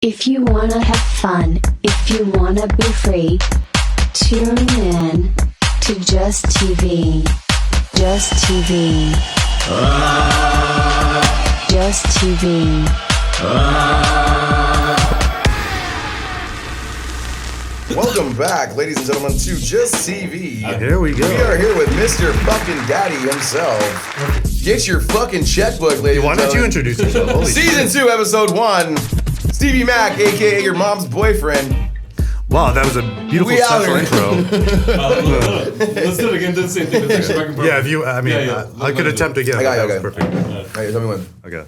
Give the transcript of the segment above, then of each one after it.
If you wanna have fun, if you wanna be free, tune in to Just TV. Just TV. Just TV. Welcome back, ladies and gentlemen, to Just TV. Here we go. We are here with Mr. fucking Daddy himself. Get your fucking checkbook, ladies. Why and don't you gentlemen. introduce yourself? Holy Season two, episode one. Stevie Mac, aka your mom's boyfriend. Wow, that was a beautiful, We out special intro. Let's do it again. Do the same thing. It's actually fucking perfect. yeah, if you, I mean, Yeah, yeah. uh, I, Let- could let me attempt do again. I got you, but I that was got perfect. Hey, tell me when. Okay.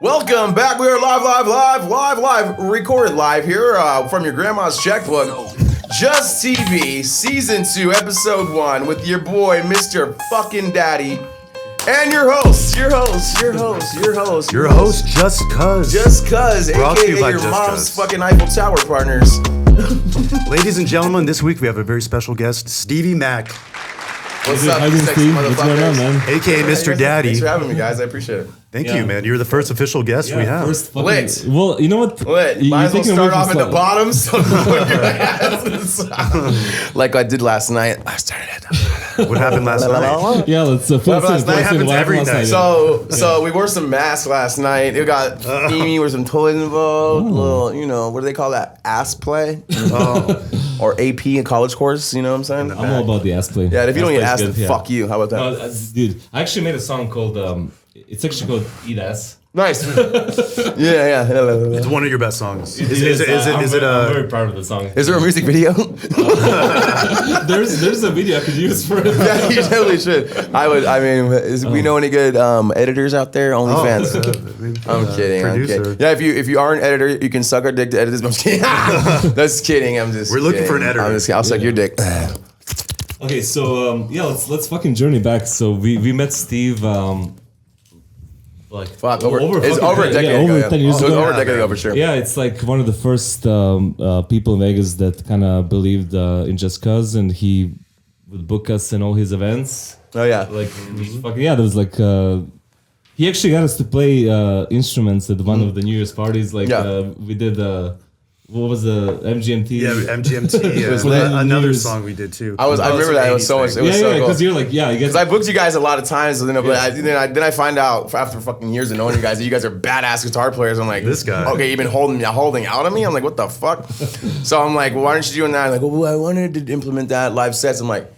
Welcome back. We are live, live, live, live, live, recorded live here uh, from your grandma's checkbook. Just TV, season two, episode one, with your boy, Mr. Fucking Daddy, and your host, your host, your host, your host, Your host, Just Cuz. Just Cuz, Brought to you aka by your Just mom's Cuz. fucking Eiffel Tower partners. Ladies and gentlemen, this week we have a very special guest, Stevie Mack, What's Hey, up, how's you it, sexy Steve? What's going on, motherfuckers? man? aka Mr. Daddy. Thanks for having me, guys. I appreciate it. Thank Yeah. you, man. You're the first official guest we have. First fucking, Lit. Well, you know what? Lit. You- Might you're as taking well start away off from at the some- bottom. So like I did last night. I started at the What happened last night? Yeah, let's uh, What finish happens it. happens every night. So, so we wore some masks last night. It got steamy. Were some toys Mm. involved. Little, you know, what do they call that? Ass play, or AP in college course. You know what I'm saying? I'm all about the ass play. yeah, and if you don't get play's ass, then good, yeah. fuck you. How about No, that? Uh, that's- dude, I actually made a song called um, it's actually called Eat Ass. Nice. yeah, yeah. It's one of your best songs. Is, It is, it- is uh, it? I'm Is very, it I'm a? very proud of the song. Is there a music video? There's there's a video I could use for it. yeah, you totally should. I would. I mean, is, we know any good um, editors out there? OnlyFans. I'm kidding. I'm oh. producer. kidding. Yeah, if you if you are an editor, you can suck our dick to edit this. I'm just kidding. That's kidding. I'm just. We're looking for an kidding. editor. I'm just kidding. I'll suck your dick. Okay, so um, yeah, let's let's fucking journey back. So we we met Steve um, like Fuck, over, it's fucking over a ten- decade yeah, ago. over yeah. ten years So it's ago. over a decade ago for sure. Yeah, it's like one of the first um, uh, people in Vegas that kind of believed uh, in Just Cause, and he would book us in all his events. Oh yeah. like fucking, yeah there was like uh he actually got us to play uh instruments at one of the new year's parties like Yeah. uh, we did uh what was the mgmt Yeah, MGMT. Yeah. lit. uh, another News. song we did too. I was. I remember that. It was so much. It yeah was yeah so because cool. you're like yeah you guys Because I booked you guys a lot of times, and then, but I, then I then I find out after fucking years of knowing you guys that you guys are badass guitar players. I'm like, This guy. Okay, you've been holding holding out on me. I'm like, what the fuck? so I'm like, why aren't you doing that? I'm like, well, I wanted to implement that live sets. I'm like,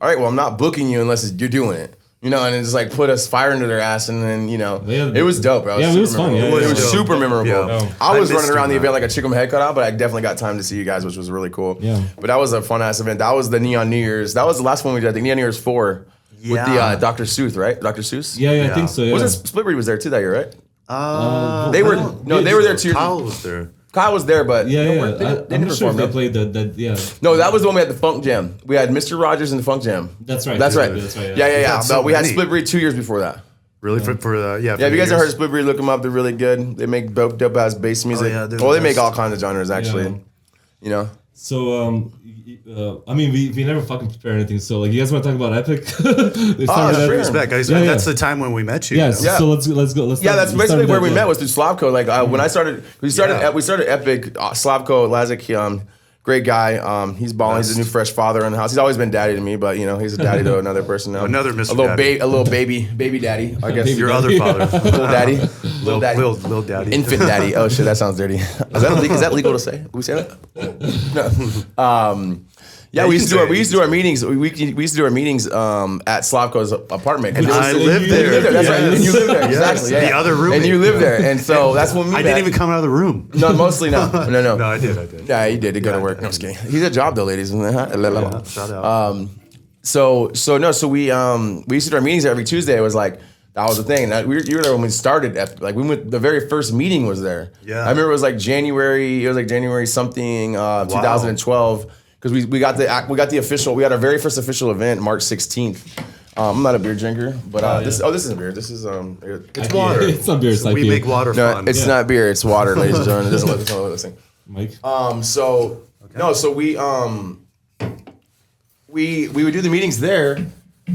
all right, well, I'm not booking you unless you're doing it. You know, and it's like put us fire under their ass, and then you know, Yeah. it was dope, bro. Yeah, super it was fun, memorable. yeah, it yeah, was yeah. super memorable. Yeah. I I was running missed around the doing event that. like a chicken with head cut out, but I definitely got time to see you guys, which was really cool. Yeah. But that was a fun ass event. That was the Neon New Year's. That was the last one we did. I think Neon New Year's four with the Yeah. uh, Dr. Seuss, right? Dr. Seuss. yeah yeah i think so yeah Wasn't Splitbury was there too that year, right? Uh, Oh, They were no, they were there too. Kyle, Kyle was there. was there, but yeah, they yeah. weren't- they I, didn't- they I'm didn't not sure perform, if they right? played that. That yeah, No, that was the one we had the Funk Jam. We had Mr. Rogers and the Funk Jam. That's right. That's Yeah, right. that's right, yeah, yeah, yeah. yeah. We've had But so we had many. Splitbury two years before that. Really for for uh, yeah. Yeah, if you guys have heard of Splitbury, look them up. They're really good. They make dope, dope ass bass music. Oh, yeah, they're well, the they make best. all kinds of genres actually. Yeah. You know. So um, y- y- uh, I mean, we, we never fucking prepare anything. So like, you guys want to talk about Epic? Let's talk about sure. Epic. Back, I, Yeah, yeah. That's the time when we met you. Yeah, you know? Yeah. So let's let's go. Let's Yeah, start- that's let's basically start with where that, we yeah. met was through Slavko. Like uh, when I started, we started Yeah. we started Epic. Uh, Slavko Lazic, um, great guy. Um, he's balling. He's a new fresh father in the house. He's always been daddy to me, but you know he's a daddy to another person now. Another a Mr. little Daddy. ba- a little baby, baby daddy. I guess Your your other father, little daddy, little little daddy, little, little daddy. infant daddy. Oh shit, that sounds dirty. Is that, is that legal to say? We say that? No. Um, yeah, Yeah, we you used to can do our, say we it. used to do our meetings. We, we we used to do our meetings um, at Slavko's apartment. And it was- I You lived live there. you live there. That's right. Yes. And you live there. Yes. Exactly. Yeah. The other room. And you live there. And so that's when we I met. didn't even come out of the room. No, mostly no. No, no. No, I did. I did. yeah, he did to go to work. No, I'm just kidding. He's a job though, ladies. Yeah, shout out. Um, so so no, so we um we used to do our meetings every Tuesday. It was like that was the thing. That we were, you were there when we started. At, like we went, the very first meeting was there. Yeah. I remember it was like January. It was like January something, uh, 2012. Because we, we got the ac- we got the official. We had our very first official event March 16th. Um, I'm not a beer drinker, but uh, this oh this isn't beer. This is um it's water. it's not beer. It's like we make water No, fun. it's not beer. It's water, ladies and gentlemen. It doesn't look it's not like this thing. Mike. Um, so no, so we um, we we would do the meetings there,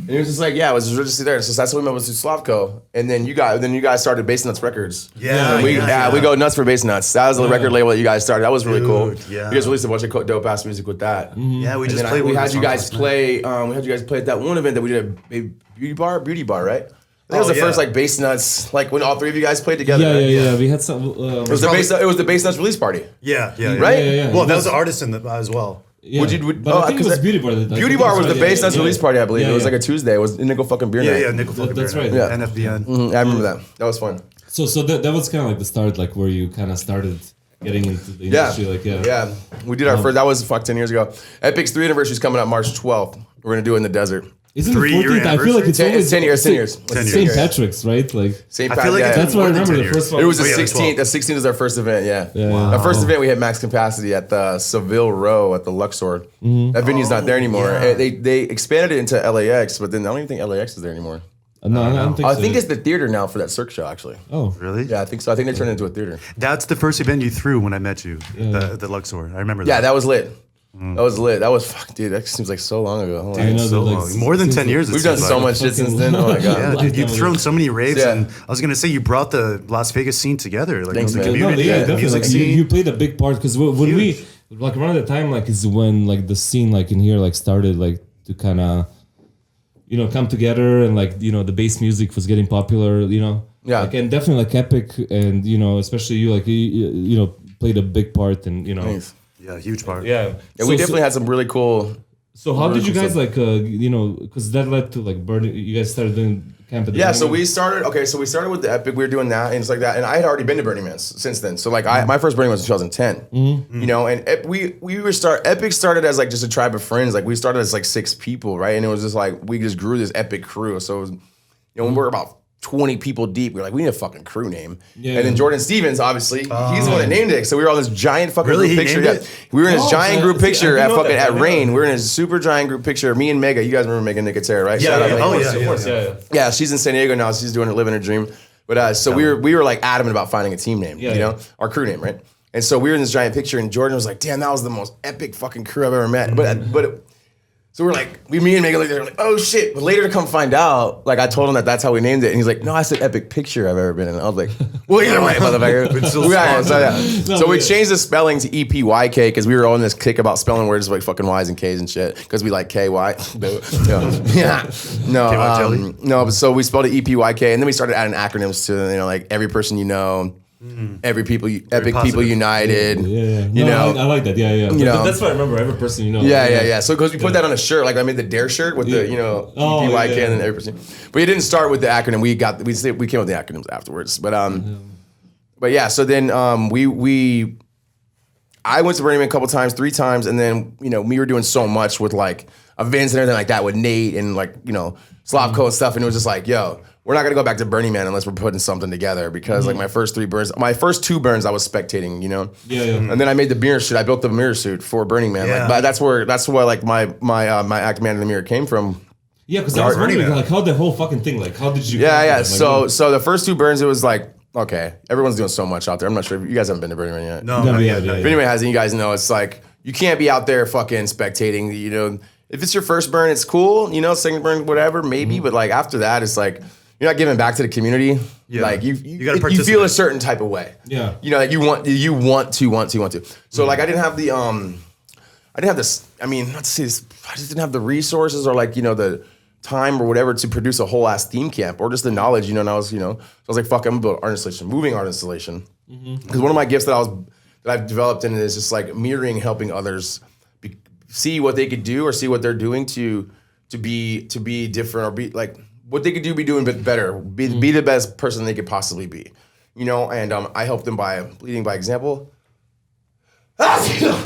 And he was just like, yeah, it was religiously there. So that's when we went to Slavko. And then you guys, then you guys started Bass Nuts Records. Yeah, we, yeah, yeah, yeah. we go nuts for Bass Nuts. That was the record label that you guys started. That was really cool. Dude, yeah. You guys released a bunch of co- dope ass music with that. Yeah, we And just then I- played. we with had this you song guys last night. play. Um, we had you guys play at that one event that we did at Ba- Beauty Bar, Beauty Bar, right? I think it was Oh, the yeah. first like Bass Nuts, like when all three of you guys played together. Yeah, yeah, right? yeah. We had some. Uh, It was the bass, it was the Bass Nuts release party, Yeah, yeah, yeah. right? yeah, yeah. Well, that was an artist in the, as well. yeah. would you- would- but oh, I think it because was I- Beauty Bar. that- I Beauty think Bar it was the yeah, Bass yeah, Nuts yeah. release party, I believe. Yeah, it was yeah. like a Tuesday. It was Nickel fucking beer Yeah, night. yeah, Nickel Fucking that's Beer right. Night, Yeah. NFBN. Mm, I remember that. That was fun. So, so that, that was kind of like the start, like where you kind of started getting into the Yeah. industry. Like, yeah, Yeah. We did our first, that was fuck 10 years ago. Epic's three anniversary is coming up March 12th. We're going to do it in the desert. Isn't Three the year 14th? I feel like it's Ten- always it's 10 years, 10 years. years. St. Patrick's, right? Like, St. I Pat- feel like yeah, it's yeah. that's what I more than remember. 10 The first years. one. It was the Oh, yeah, the 16th. The 16th is our first event. Yeah. Wow. Our first event, we had max capacity at the Seville Row at the Luxor. That venue's not there anymore. yeah. Uh, They they expanded it into LAX, but then I don't even think LAX is there anymore. no, I don't think I so. think it's the theater now for that Cirque show, actually. oh, Really? Yeah, I think so. I think they turned it into a theater. That's the first event you threw when I met you, at the, at the Luxor. I remember Yeah, that. that was lit. That was lit. That was fuck, dude. That seems like so long ago. Hold on. I know that, so like, long. More than since 10 the- years. it We've done seems so like. much shit since then. Oh my god. Yeah, dude, you've Yeah. thrown so many raves, Yeah. and I was gonna say you brought the Las Vegas scene together, like Thanks, the man. No, community, yeah, the definitely. music like, you, scene. you played a big part because when, when we like around the time like is when like the scene like in here like started like to kind of you know come together and like you know the bass music was getting popular. You know, Yeah. Like, and definitely like Epic and you know especially you like you, you know played a big part and you know Thanks. yeah, huge part. yeah. Yeah, we definitely had some really cool. So how did you guys Vertical like uh, you know because that led to like burning? You guys started doing camp at the Yeah, so Burning we started. Okay, so we started with the epic. We were doing that and it's like that. And I had already been to Burning Man since then. So like, I my first Burning Man was 2010. You know, and ep, we we were start. Epic started as like just a tribe of friends. Like we started as like six people, right? And it was just like we just grew this epic crew. So it was, you know, when we were about 20 people deep, we were like, we need a fucking crew name. Yeah. And then Jordan Stevens, obviously, he's the one that named it. So we were on this giant fucking Really? group He picture. named Yeah. it? We were in this Oh, giant okay. group See, I picture didn't at know fucking that. I at didn't know Rain. We were in a super giant group picture. Me and Mega. You guys remember Mega Nicotera, right? Yeah, Shout out yeah. Mega Oh, Nicotera. yeah, yeah, yeah. Man. Yeah, she's in San Diego now. She's doing her living her dream. But uh, so we were we were like adamant about finding a team name, Yeah, you know, yeah. our crew name, right? And so we were in this giant picture, and Jordan was like, "Damn, that was the most epic fucking crew I've ever met." But but it, so we're like, we me and Megan looked at her like, "Oh shit!" But later to come find out, like I told him that that's how we named it, and he's like, "No, I said epic picture I've ever been in." I was like, "Well, either way, motherfucker." still We are- so, yeah. No, So we yeah. changed the spelling to E P Y K because we were on this kick about spelling words like fucking Y's and K's and shit because we like K Y. No, yeah, no, KY jelly? um, no. But so we spelled it E P Y K, and then we started adding acronyms to you know like every person you know, every people, you, epic people positive. united. Yeah, yeah. You No, I know, like- I, like that. Yeah, yeah. But- know. but that's what I remember. Every person you know. yeah, yeah, yeah. So because we put that on a shirt, like I made the Dare shirt with the Yeah. you know E Oh, EPYK yeah. and then every person. But it didn't start with the acronym. We got we said- we came up with the acronyms afterwards. But um, but yeah. So then um, we we I went to Burning Man a couple times, three times, and then you know we were doing so much with like events and everything like that with Nate and like you know Slavko and stuff, and it was just like, yo, we're not gonna go back to Burning Man unless we're putting something together because like my first three burns, my first two burns, I was spectating, you know, Mm-hmm. Yeah, yeah. and then I made the mirror suit. I built the mirror suit for Burning Man, Yeah. like, but that's where that's where like my my uh, my act man in the mirror came from. Yeah, because I was Burning wondering Man. like how the whole fucking thing like how did you? Yeah, come to yeah. that? Like, so what- so the first two burns, it was like okay, everyone's doing so much out there. I'm not sure if you guys haven't been to Burning Man yet. No, Yeah, not yeah, yet, yeah, not If yet. anyone hasn't, you guys know it's like you can't be out there fucking spectating. You know, if it's your first burn, it's cool. You know, second burn, whatever, maybe. Mm-hmm. But like after that, it's like you're not giving back to the community. Yeah. Like you, You you, gotta you feel a participate. certain type of way. Yeah. You know, like you want, you want to, want to, want to. So like I didn't have the um, I didn't have this. I mean, not to say this, I just didn't have the resources or like you know the time or whatever to produce a whole ass theme camp or just the knowledge. You know, and I was you know, I was like, fuck, I'm gonna build art installation, moving art installation, because one of my gifts that I was that I've developed in it is just like mirroring, helping others be, see what they could do or see what they're doing to to be to be different or be like what they could do, be doing but better, be, Mm-hmm. be the best person they could possibly be. You know, and um, I help them by leading by example. bless you.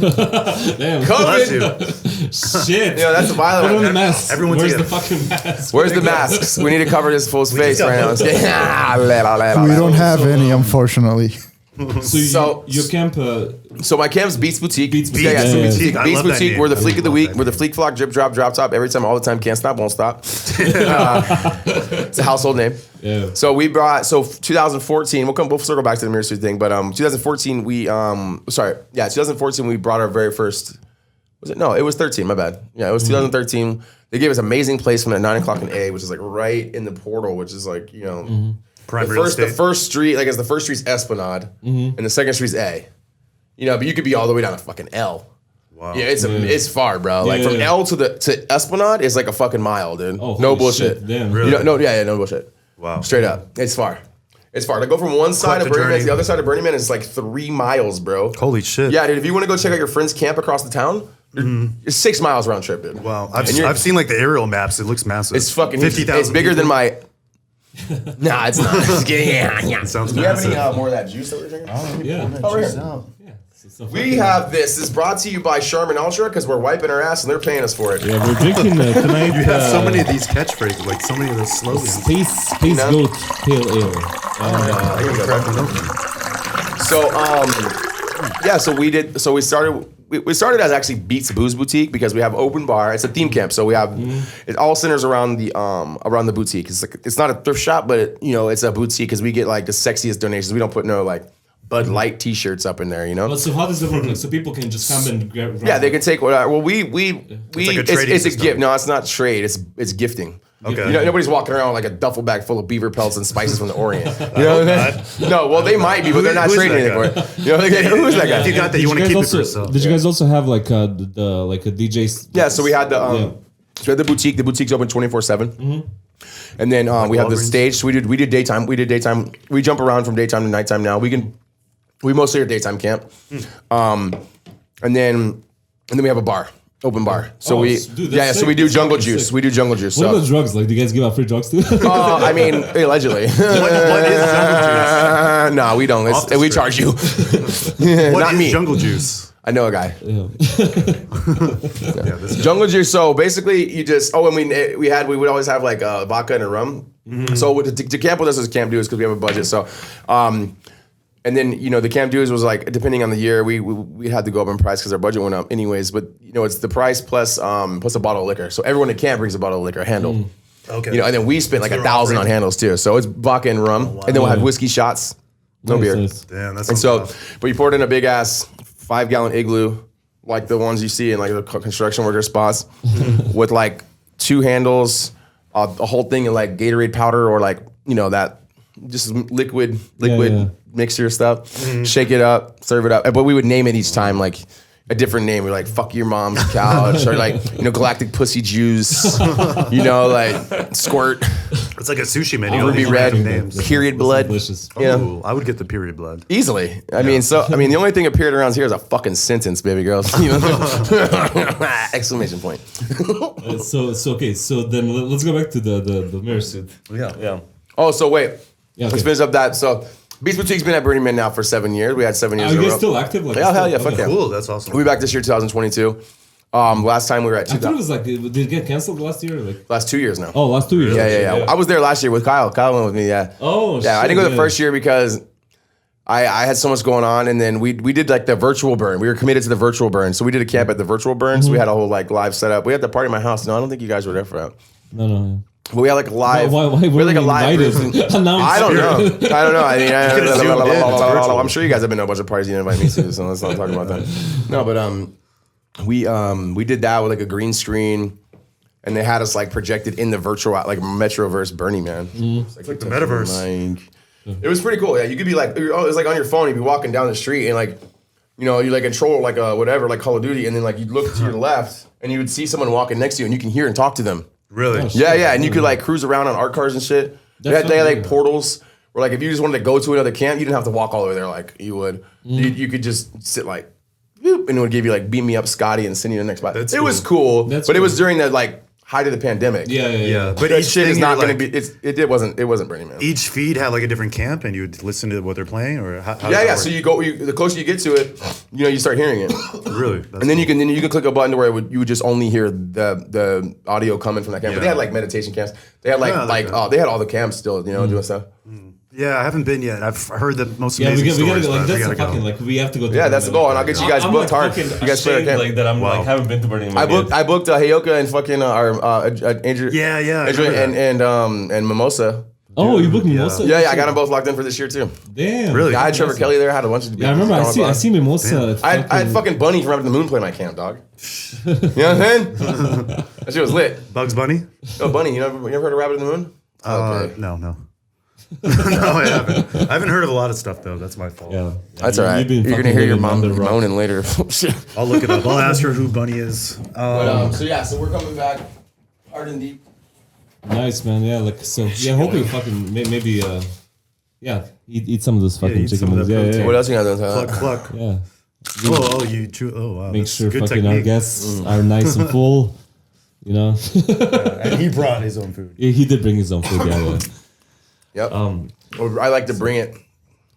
Bless you. Damn. Shit. You know, that's a violent. Put on one. the mask. Everyone Where's take the it. fucking mask? Where's the masks? We need to cover this fool's face got right now. Yeah, let, let, We let. don't have any, unfortunately. So, you- So- your camp. Uh, So my cam's Beats Boutique. Beats Yeah, yeah, so Boutique. Beats Yeah. Boutique. I Beats love that Boutique. name. We're the I fleek of the love week. that We're the name. fleek flock. Drip drop drop top. Every time, all the time. Can't stop. Won't stop. Uh, it's a household name. Yeah. So we brought. So 2014. We'll come. We'll circle back to the mirror suit thing. But um, 2014. We um, sorry. Mm-hmm. Yeah, 2014. We brought our very first. Was it no? It was 13. My bad. Yeah, it was 2013. They gave us amazing placement at nine o'clock in A, which is like right in the portal, which is like you know Mm-hmm. the Primary first the estate. first street like as the first street's Esplanade Mm-hmm. and the second street's A. You know, but you could be all the way down to fucking L. Wow. Yeah, it's a, it's far, bro. Like Yeah, from yeah. L to the to Esplanade is like a fucking mile, dude. Oh, no holy bullshit. shit, damn. You know, no, yeah, yeah, no bullshit. Wow. Straight up, it's far. It's far. To go from one side Quite of the Burning Man journey. to the other side of Burning Man is like three miles, bro. Holy shit. Yeah, dude. If you want to go check out your friend's camp across the town, you're- it's six miles round trip, dude. Mm-hmm. Wow. I've, And you're- I've seen like the aerial maps. It looks massive. It's fucking huge. 50,000. It's bigger than my. nah, it's not. Just kidding. Yeah, yeah. It sounds Do you have any massive. uh, more of that juice that we're drinking? Yeah. Oh, right here. yeah. We have this. This is brought to you by Charmin Ultra because we're wiping our ass and they're paying us for it. Yeah, we're drinking uh, tonight. You have uh, so many of these catchphrases, like so many of those slogans. Space, space No. goat pale ale. I can crack them open. So, um, yeah. So we did. So we started. We we started as actually Beats Booze Boutique because we have open bar. It's a theme camp, so we have it all centers around the um around the boutique. It's like it's not a thrift shop, but it, you know it's a boutique because we get like the sexiest donations. We don't put no like Bud Light T-shirts up in there, you know. But so how does it work? Like, so people can just come and grab. Yeah, they can take whatever. Well, we we we like a it's, it's, trading a system. gift. No, it's not trade. It's it's gifting. Okay. You know, nobody's walking around with like a duffel bag full of beaver pelts and spices from the Orient. You know what I mean? No, well they might be, but they're not Who- who's trading anything that for it. You know, like, who's that If you guy? got that, you want to keep it for yourself. Did you guys also have like uh, the, the like a DJ? 's- Yeah, so we had the um, Yeah. Mm-hmm. so we had the boutique. The boutique's open twenty four seven. And then um, we have the Walgreens? stage. So we did we did daytime. We did daytime. We jump around from daytime to nighttime. Now we can we mostly are daytime camp. Hmm. Um, and then and then we have a bar, open bar. So Oh, we s- dude, that's yeah, yeah so sick. we do That's jungle fucking juice. sick. We do jungle juice. What so- about drugs? Like, do you guys give out free drugs too? Uh, I mean, allegedly. What, what is jungle Uh, no, we don't. It's, Office we drink. charge you. juice? What Not is me. jungle juice? I know a guy. Yeah, this guy. Jungle juice. So basically, you just oh, and we we had we would always have like a vodka and a rum. Mm-hmm. So with the, the camp with us is camp dudes because we have a budget. So, um, and then you know the camp dudes was like depending on the year we we, we had to go up in price because our budget went up anyways. But you know it's the price plus um plus a bottle of liquor. So everyone at camp brings a bottle of liquor handle. Okay. You know, and then we spent like a what we're thousand on offering. handles too. So it's vodka and Oh, rum, and then we'll have Yeah. whiskey shots, no beer. Damn, that's And so, but you poured in a big ass five gallon igloo, like the ones you see in like the co- construction worker spots, with like two handles, uh, a whole thing of like Gatorade powder or like you know that just m- liquid liquid yeah. Mm-hmm. mixture stuff. Shake it up, serve it up. But we would name it each time like. A different name. We're like, fuck your mom's couch, or like, you know, galactic pussy juice, you know, like squirt, it's like a sushi menu. all ruby these red, random Names. period blood. Oh. delicious. Yeah. Ooh, I would get the period blood. Easily. I mean, so I mean, the only thing appeared around here is a fucking sentence, baby girls. You know? Exclamation point. Uh, so so okay. So then let- let's go back to the the, the mirror suit. Yeah. Yeah. Oh, so wait. Yeah, Let's okay. finish up that. So, Beast Boutique's been at Burning Man now for seven years. We had seven years. Are you in a guys row. Uh, still active? Like, Yeah, hell still- yeah, fuck okay. yeah. Cool. That's awesome. We'll be back this year, 2022. Um, last time we were at I thought 2000. it was like it- did it get canceled last year? Like Last two years now. oh, last two years. yeah, yeah, yeah, I was there last year with Kyle. Kyle went with me. Yeah. Oh, Yeah, I shit, didn't go the yeah. first year because I, I had so much going on, and then we we did like the virtual burn. We were committed to the virtual burn, so we did a camp at the virtual burn. Mm-hmm. So we had a whole like live setup. We had the party at my house. No, I don't think you guys were there for that. No, no. no. But we had like a Why, live. why, why we had, were like like a live. invited? version. Now I'm I don't scared. know. I don't know. I mean, I, could've zoomed in. It's virtual. I'm sure you guys have been to a bunch of parties you didn't invite me to, so let's not talk about that. No, but um, we um we did that with like a green screen. And they had us like projected in the virtual, like Metroverse Burning Man. Mm-hmm. It's like, the metaverse. Like, it was pretty cool. Yeah, you could be like, oh, it's like on your phone. You'd be walking down the street and like, you know, you like control like uh whatever, like Call of Duty, and then like you'd look to your left and you would see someone walking next to you, and you can hear and talk to them. Really? Yeah, yeah, and you could like cruise around on art cars and shit. They had, they had like Definitely. portals where like if you just wanted to go to another camp, you didn't have to walk all the way there like you would. Mm. You, you could just sit like, boop, and it would give you like beam me up, Scotty, and send you to the next spot. That's it was cool, cool. That's but it was cool. during the like height of the pandemic. Yeah, yeah, yeah. Yeah. But that each shit is thing not you're, going like- to be. It's, it, it wasn't. It wasn't Burning Man. Each feed had like a different camp, and you'd listen to what they're playing, or how, how yeah, yeah. does that So work? you go. You, the closer you get to it, you know, you start hearing it, really, and then you can then you can click a button to where it would, you would just only hear the the audio coming from that camp. But they Yeah. had like meditation camps. They had like Yeah, Mm. I like like that. oh, they had all the camps still. You know, doing stuff. yeah, I haven't been yet. I've heard the most Yeah, we, amazing got, we stories. but I gotta go. Like, that's the gotta fucking, go. like, we have to go. To Yeah, Burning that's the Man. goal, and I'll get you guys I'm booked like hard. fucking You guys play ashamed, again. like that. I'm Wow. like haven't been to Burning Man. I booked yet. I booked uh, Hayoka and fucking uh, our uh, Andrew. Yeah, yeah, I Andrew remember and that. and um and Mimosa. Oh, you booked yeah. Mimosa? Yeah, yeah, I got them both locked in for this year too. Damn. Really? Yeah, I had Trevor Kelly there. Had a bunch of. Yeah, Oh, I remember. I see. I see uh, Mimosa. at I had, I had fucking Bunny from up at the moon playing my camp, dog. You know what I'm saying? that shit was lit. Bugs Bunny? Oh, Bunny, you never, you never heard of Rabbit in the Moon? Uh, no, no. no, I haven't. I haven't heard of a lot of stuff though. That's my fault. Yeah. That's You- all right. you've been You're gonna fucking hear your living mom under a rock. moaning later. Shit. I'll look it up. I'll ask her who Bunny is. But, Um, um, so yeah, so we're coming back hard and deep. Nice man, yeah. Like so, yeah. Hope you fucking may, maybe, uh, yeah, eat, eat some of those fucking eat some chicken of wings. that Yeah, yeah, What else you got to cluck, talk cluck. yeah. yeah. Oh, oh, you chew. Oh, wow. uh, Make that's sure good fucking our technique. Mm. guests are nice and full. You know, And he brought his own food. Yeah, he did bring his own food. Yeah, yeah. Yep. Um, Or I like to bring it.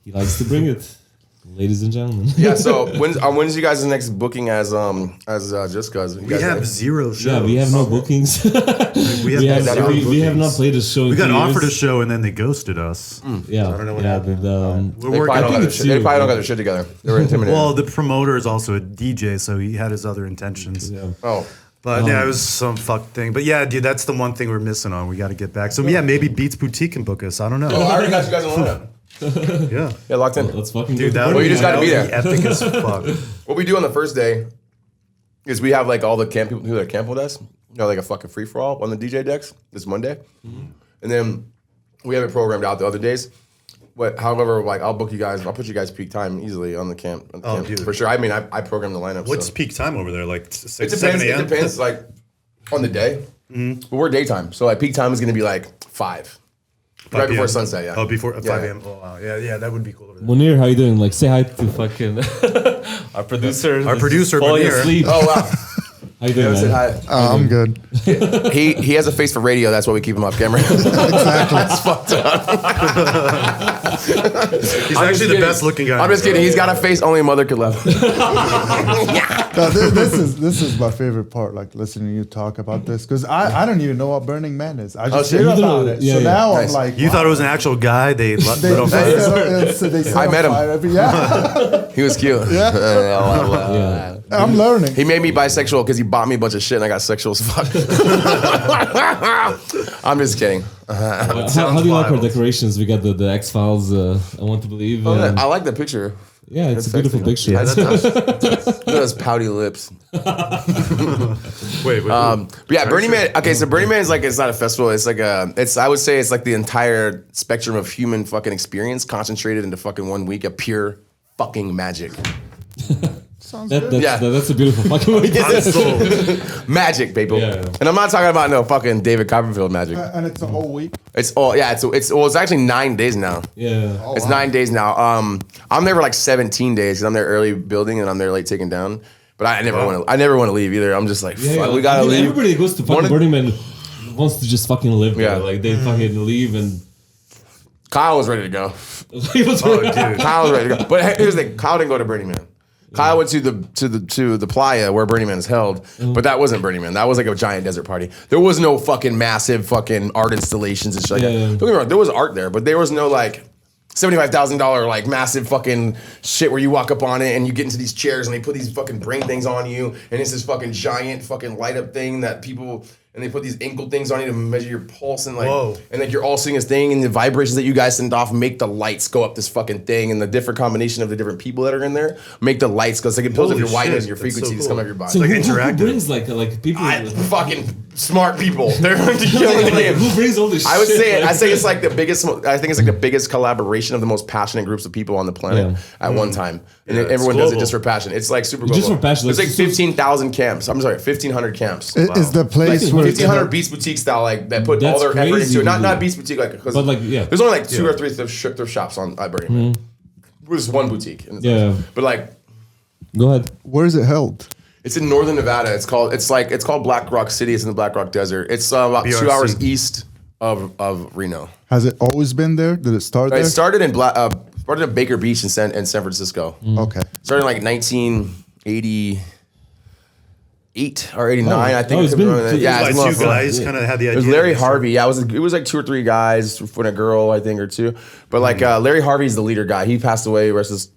he likes to bring it, ladies and gentlemen. Yeah. So when's um, when's you guys' next booking as um as uh, just cause you We guys have zero shows. Yeah, we have no bookings. We we, have, no we, we have not bookings. played a show. We got offered a years. Hmm. show and then they ghosted us. Yeah, I don't know what yeah, happened. but, um, We're they working probably, on don't got it. their shit, they probably don't got their shit together. They were intimidated. Well, the promoter is also a DJ, so he had his other intentions. yeah. Um, oh, But yeah, it was some fuck thing. But yeah, dude, that's the one thing we're missing on. We got to get back. So yeah, maybe Beats Boutique can book us. I don't Oh, I know. already got you guys on lineup. Yeah, Yeah, locked in. Let's fucking dude, go. that Well, would you just gotta be that would there. Epic as fuck. What we do on the first day is we have like all the camp people who are at camp with us, you know, like a fucking free for all on the DJ decks this Monday, Mm-hmm. and then we have it programmed out the other days. But however, like I'll book you guys, I'll put you guys peak time easily on the camp, on the Oh, camp, dude. for sure. I mean, I, I program the lineup. What's so. peak time over there? Like s- it six, depends. seven Mm-hmm. a.m. It depends like on the day, but we're daytime, so like peak time is gonna be like five, right 5 before p.m. sunset. Yeah. Oh, before at Yeah, five yeah. a.m. Oh, wow. Yeah, yeah, that would be cool. Over there. Munir, how you doing? Like, say hi to fucking our producer. Our producer, falling Munir. asleep. Oh wow! How you I doing, said man? hi. Uh, I'm good. He he has a face for radio. That's why we keep him off camera. That's fucked up. He's I'm just actually the kidding. best looking guy. I'm just kidding. He's got a face only a mother could love. No, this, this is this is my favorite part, like listening to you talk about this, because I, I don't even know what Burning Man is. I just shit. hear Oh, You don't about know- it. yeah, so yeah. now Nice. I'm like, You thought it was an actual guy. They let they, lit on they fire. set up- it's- they set I on met him. fire Every, yeah, He was cute. Yeah. I'm learning. He made me bisexual because he bought me a bunch of shit and I got sexual as fuck. I'm just kidding. How, how do you like our wild. decorations? We got the, the X Files. Uh, I want to believe. and- I like the picture. yeah, it's a beautiful picture. Yeah, that's- that's- those pouty lips. Wait, wait. Um, but yeah, Burning Man. Okay, Mm. so Burning Man is like it's not a festival. It's like a. It's I would say it's like the entire spectrum of human fucking experience concentrated into fucking one week of pure fucking magic. Sounds That- good. that's, Yeah. that- that's a beautiful fucking way. to- I'm sold. Magic, people. Yeah. And I'm not talking about no fucking David Copperfield magic. And it's a whole week. It's all yeah. It's it's well. It's actually nine days now. yeah. it's nine days now. Um, I'm there for like 17 days because I'm there early building and I'm there late taking down. But I never want to. I never want to leave either. I'm just like, Yeah, fuck, yeah, we gotta I mean, leave. Everybody that goes to One fucking of- Burning Man wants to just fucking live. Yeah, Yeah. like they fucking leave and. Kyle was ready to go. Oh, dude. Kyle was ready to go. But he- here's the thing: Kyle didn't go to Burning Man. Kyle went to the to the to the playa where Burning Man is held, but that wasn't Burning Man. That was like a giant desert party. There was no fucking massive fucking art installations and shit. Like that. Yeah, yeah. Don't get me wrong, there was art there, but there was no like seventy-five thousand dollar like massive fucking shit where you walk up on it and you get into these chairs and they put these fucking brain things on you and it's this fucking giant fucking light up thing that people and they put these ankle things on you to measure your pulse and like Whoa. and like you're all seeing this thing and the vibrations that you guys send off make the lights go up this fucking thing and the different combination of the different people that are in there make the lights go. It's like it pulls up Holy your whiteness, shit, your that's so frequencies cool. come up your body. So like, who, who interactive. brings like like people? I, like, fucking smart people. They're killing like, the game. who brings all this? I would shit? say I say it's like the biggest. I think it's like the biggest collaboration of the most passionate groups of people on the planet Yeah. at one time, and Mm. Yeah, then everyone it's does it global. just for passion. It's like super Just global. for passion, There's like, like so- fifteen thousand camps. I'm sorry, fifteen hundred camps. It is the place Like, it's where Fifteen hundred Beats Boutique style, like that put all That's their effort crazy, into it. Not dude. not Beats Boutique, like 'cause But, like, yeah. Mm-hmm. there's only like two Yeah. or three thrift, sh- thrift shops on I Burning Man. There's one boutique, in this Yeah. place. but like Go ahead. where is it held? it's in northern Nevada. It's called it's like it's called Black Rock City. It's in the Black Rock Desert. It's uh, about two BRC. hours east of of Reno. Has it always been there? Did it start It there? started in Bla- uh, started in Baker Beach in San in San Francisco. Mm. okay. Started in like 1988 or 89, I Oh, think. it's Could be been- around there. it's yeah, Like it's two long- guys kind of had the It idea. was Larry It's like- Harvey. Yeah, it was it was like two or three guys and a girl, I think, or two. But like uh, Larry Harvey's the leader guy. He passed away. Versus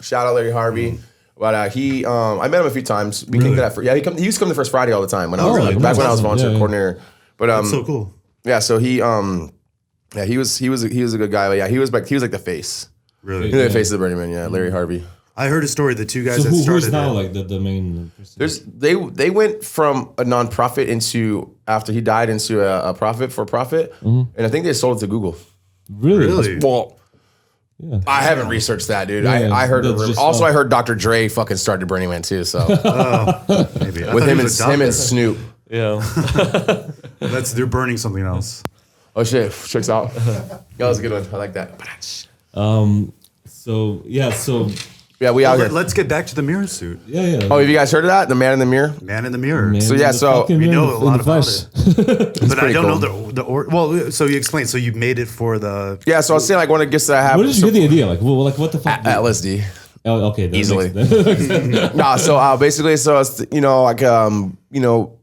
shout out Larry Harvey. But uh, he, um, I met him a few times. We kicked it out for yeah. He, come, he used to come the first Friday all the time when I was really? back when I was Awesome. volunteer Yeah, yeah. coordinator. But um, So cool. yeah, so he um Yeah, he was he was he was a good guy, but yeah, he was like he was like the face. Really? He was the face of the Burning Man, yeah, Larry Harvey. I heard a story. The two guys So that who, started who's now it- like the, the main person? There's they they went from a nonprofit into after he died into a, a profit for profit, and I think they sold it to Google. Really? really? Well, Yeah. I haven't researched that, dude. Yeah, I, I heard a that's rumor. just also not- I heard Dr. Dre fucking started Burning Man too. So Maybe. I with thought him he and was a him and doctor. Snoop. Yeah. That's they're burning something else. Oh shit, checks out. that was a good one. I like that. So yeah, so Yeah, we out here. Let, us get back to the mirror suit. yeah, yeah. Oh, have you guys heard of that? The Man in the Mirror. Man in the mirror. Man so in yeah, the so fucking We man know in a lot the about flesh. but I pretty don't know the the or, well. So you explained. So you made it for the Yeah, so I was saying like one of the gifts that I have. Where did you get the idea? Like, well, like what the fuck? Uh, A- LSD. Oh, okay, that Easily. makes sense. nah, so uh, basically, so it's, you know, like um, you know,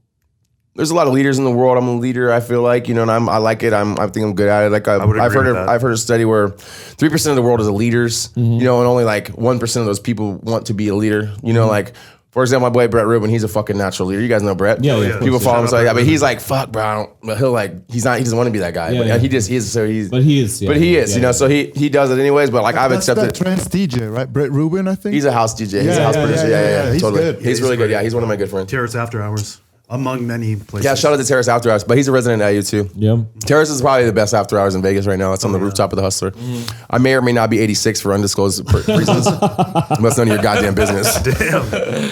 there's a lot of leaders in the world. I'm a leader. I feel like you know, and I'm I like it. I'm I think I'm good at it. Like I, would I've agree heard with of, that. I've heard a study where three percent of the world is the leaders. Mm-hmm. You know, and only like one percent of those people want to be a leader. You Mm-hmm. know, like. For example, my boy Brett Rubin, he's a fucking natural leader. You guys know Brett. Yeah, yeah, of People course. follow him so Shout out like that, Brett but he's like, "Fuck, bro." I don't, but he'll like, he's not. He doesn't want to be that guy. Yeah, but yeah. he just he is. So he's. but he is. Yeah, but he yeah, is. yeah, you know, yeah. so he he does it anyways. But like I've That's accepted. that trans DJ, right? Brett Rubin, I think. He's a house DJ. he's Yeah, a house yeah, producer. yeah, Yeah, yeah, yeah, yeah. He's totally. good. He's, really good. Yeah, he's one of my good friends. Terrace After Hours, among many places. Yeah, shout out to Terrace After Hours, but he's a resident at U2. yeah. Terrace is probably the best after hours in Vegas right now. It's Oh, on the rooftop of the Hustler. Mm-hmm. I may or may not be 86 for undisclosed per- reasons. That's none of your goddamn business. Damn.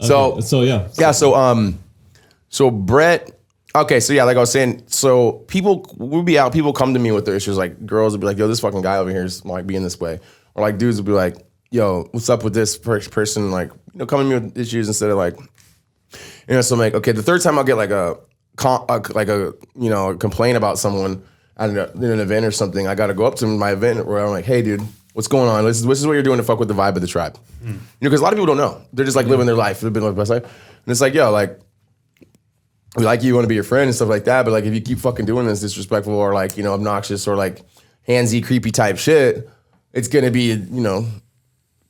So, So yeah, yeah, so um, so Brett. Okay, so yeah, like I was saying, so people would be out. People come to me with their issues. Like girls would be like, "Yo, this fucking guy over here is like being this way," or like dudes would be like, "Yo, what's up with this per- person?" Like, you know, coming to me with issues instead of like, you know. So I'm like, okay, the third time I'll get like a, con- a like a you know complaint about someone at an, in an event or something. I got to go up to my event where I'm like, "Hey, dude, what's going on? This is this is what you're doing to fuck with the vibe of the tribe." You know, because a lot of people don't know. They're just like living their life. They've been living their best life, and it's like, yo, like we like you, want to be your friend and stuff like that. But like, if you keep fucking doing this disrespectful or like, you know, obnoxious or like handsy, creepy type shit, it's gonna be, you know,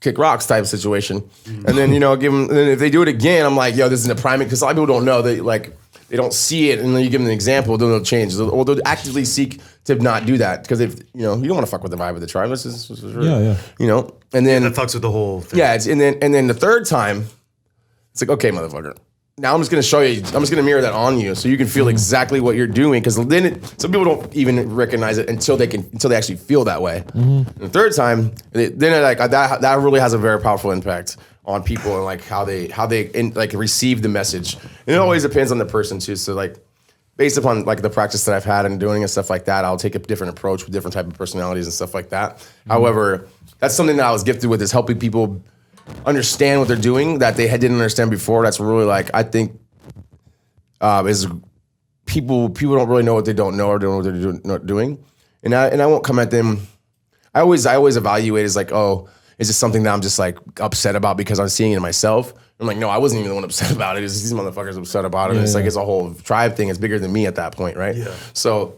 kick rocks type situation. Mm. And then, you know, give them, and then if they do it again, I'm like, yo, this is a primate. Cause a lot of people don't know that, like, they don't see it. And then you give them an example, then they'll change. They'll- Or they'll actively seek to not do that. Cause if, you know, you don't wanna fuck with the vibe of the tribe. This is, this is Yeah, yeah. you know, and then That fucks with the whole thing. yeah, it's, and then and then the third time, it's like, okay, motherfucker. Now I'm just gonna show you. I'm just gonna mirror that on you, so you can feel exactly what you're doing. Because then it, some people don't even recognize it until they can, until they actually feel that way. And the third time, it, then it, like uh, that, that really has a very powerful impact on people and like how they how they in, like receive the message. And it always depends on the person too. So like, based upon like the practice that I've had and doing and stuff like that, I'll take a different approach with different type of personalities and stuff like that. However, that's something that I was gifted with is helping people understand what they're doing that they had- didn't understand before. That's really like I think uh, is people people don't really know what they don't know or don't know what they're do- not doing, and I and I won't come at them. I always I always evaluate as like oh is this something that I'm just like upset about because I'm seeing it in myself. I'm like no I wasn't even the one upset about it. It's just these motherfuckers upset about it. and it's like it's a whole tribe thing. It's bigger than me at that point, right? Yeah. So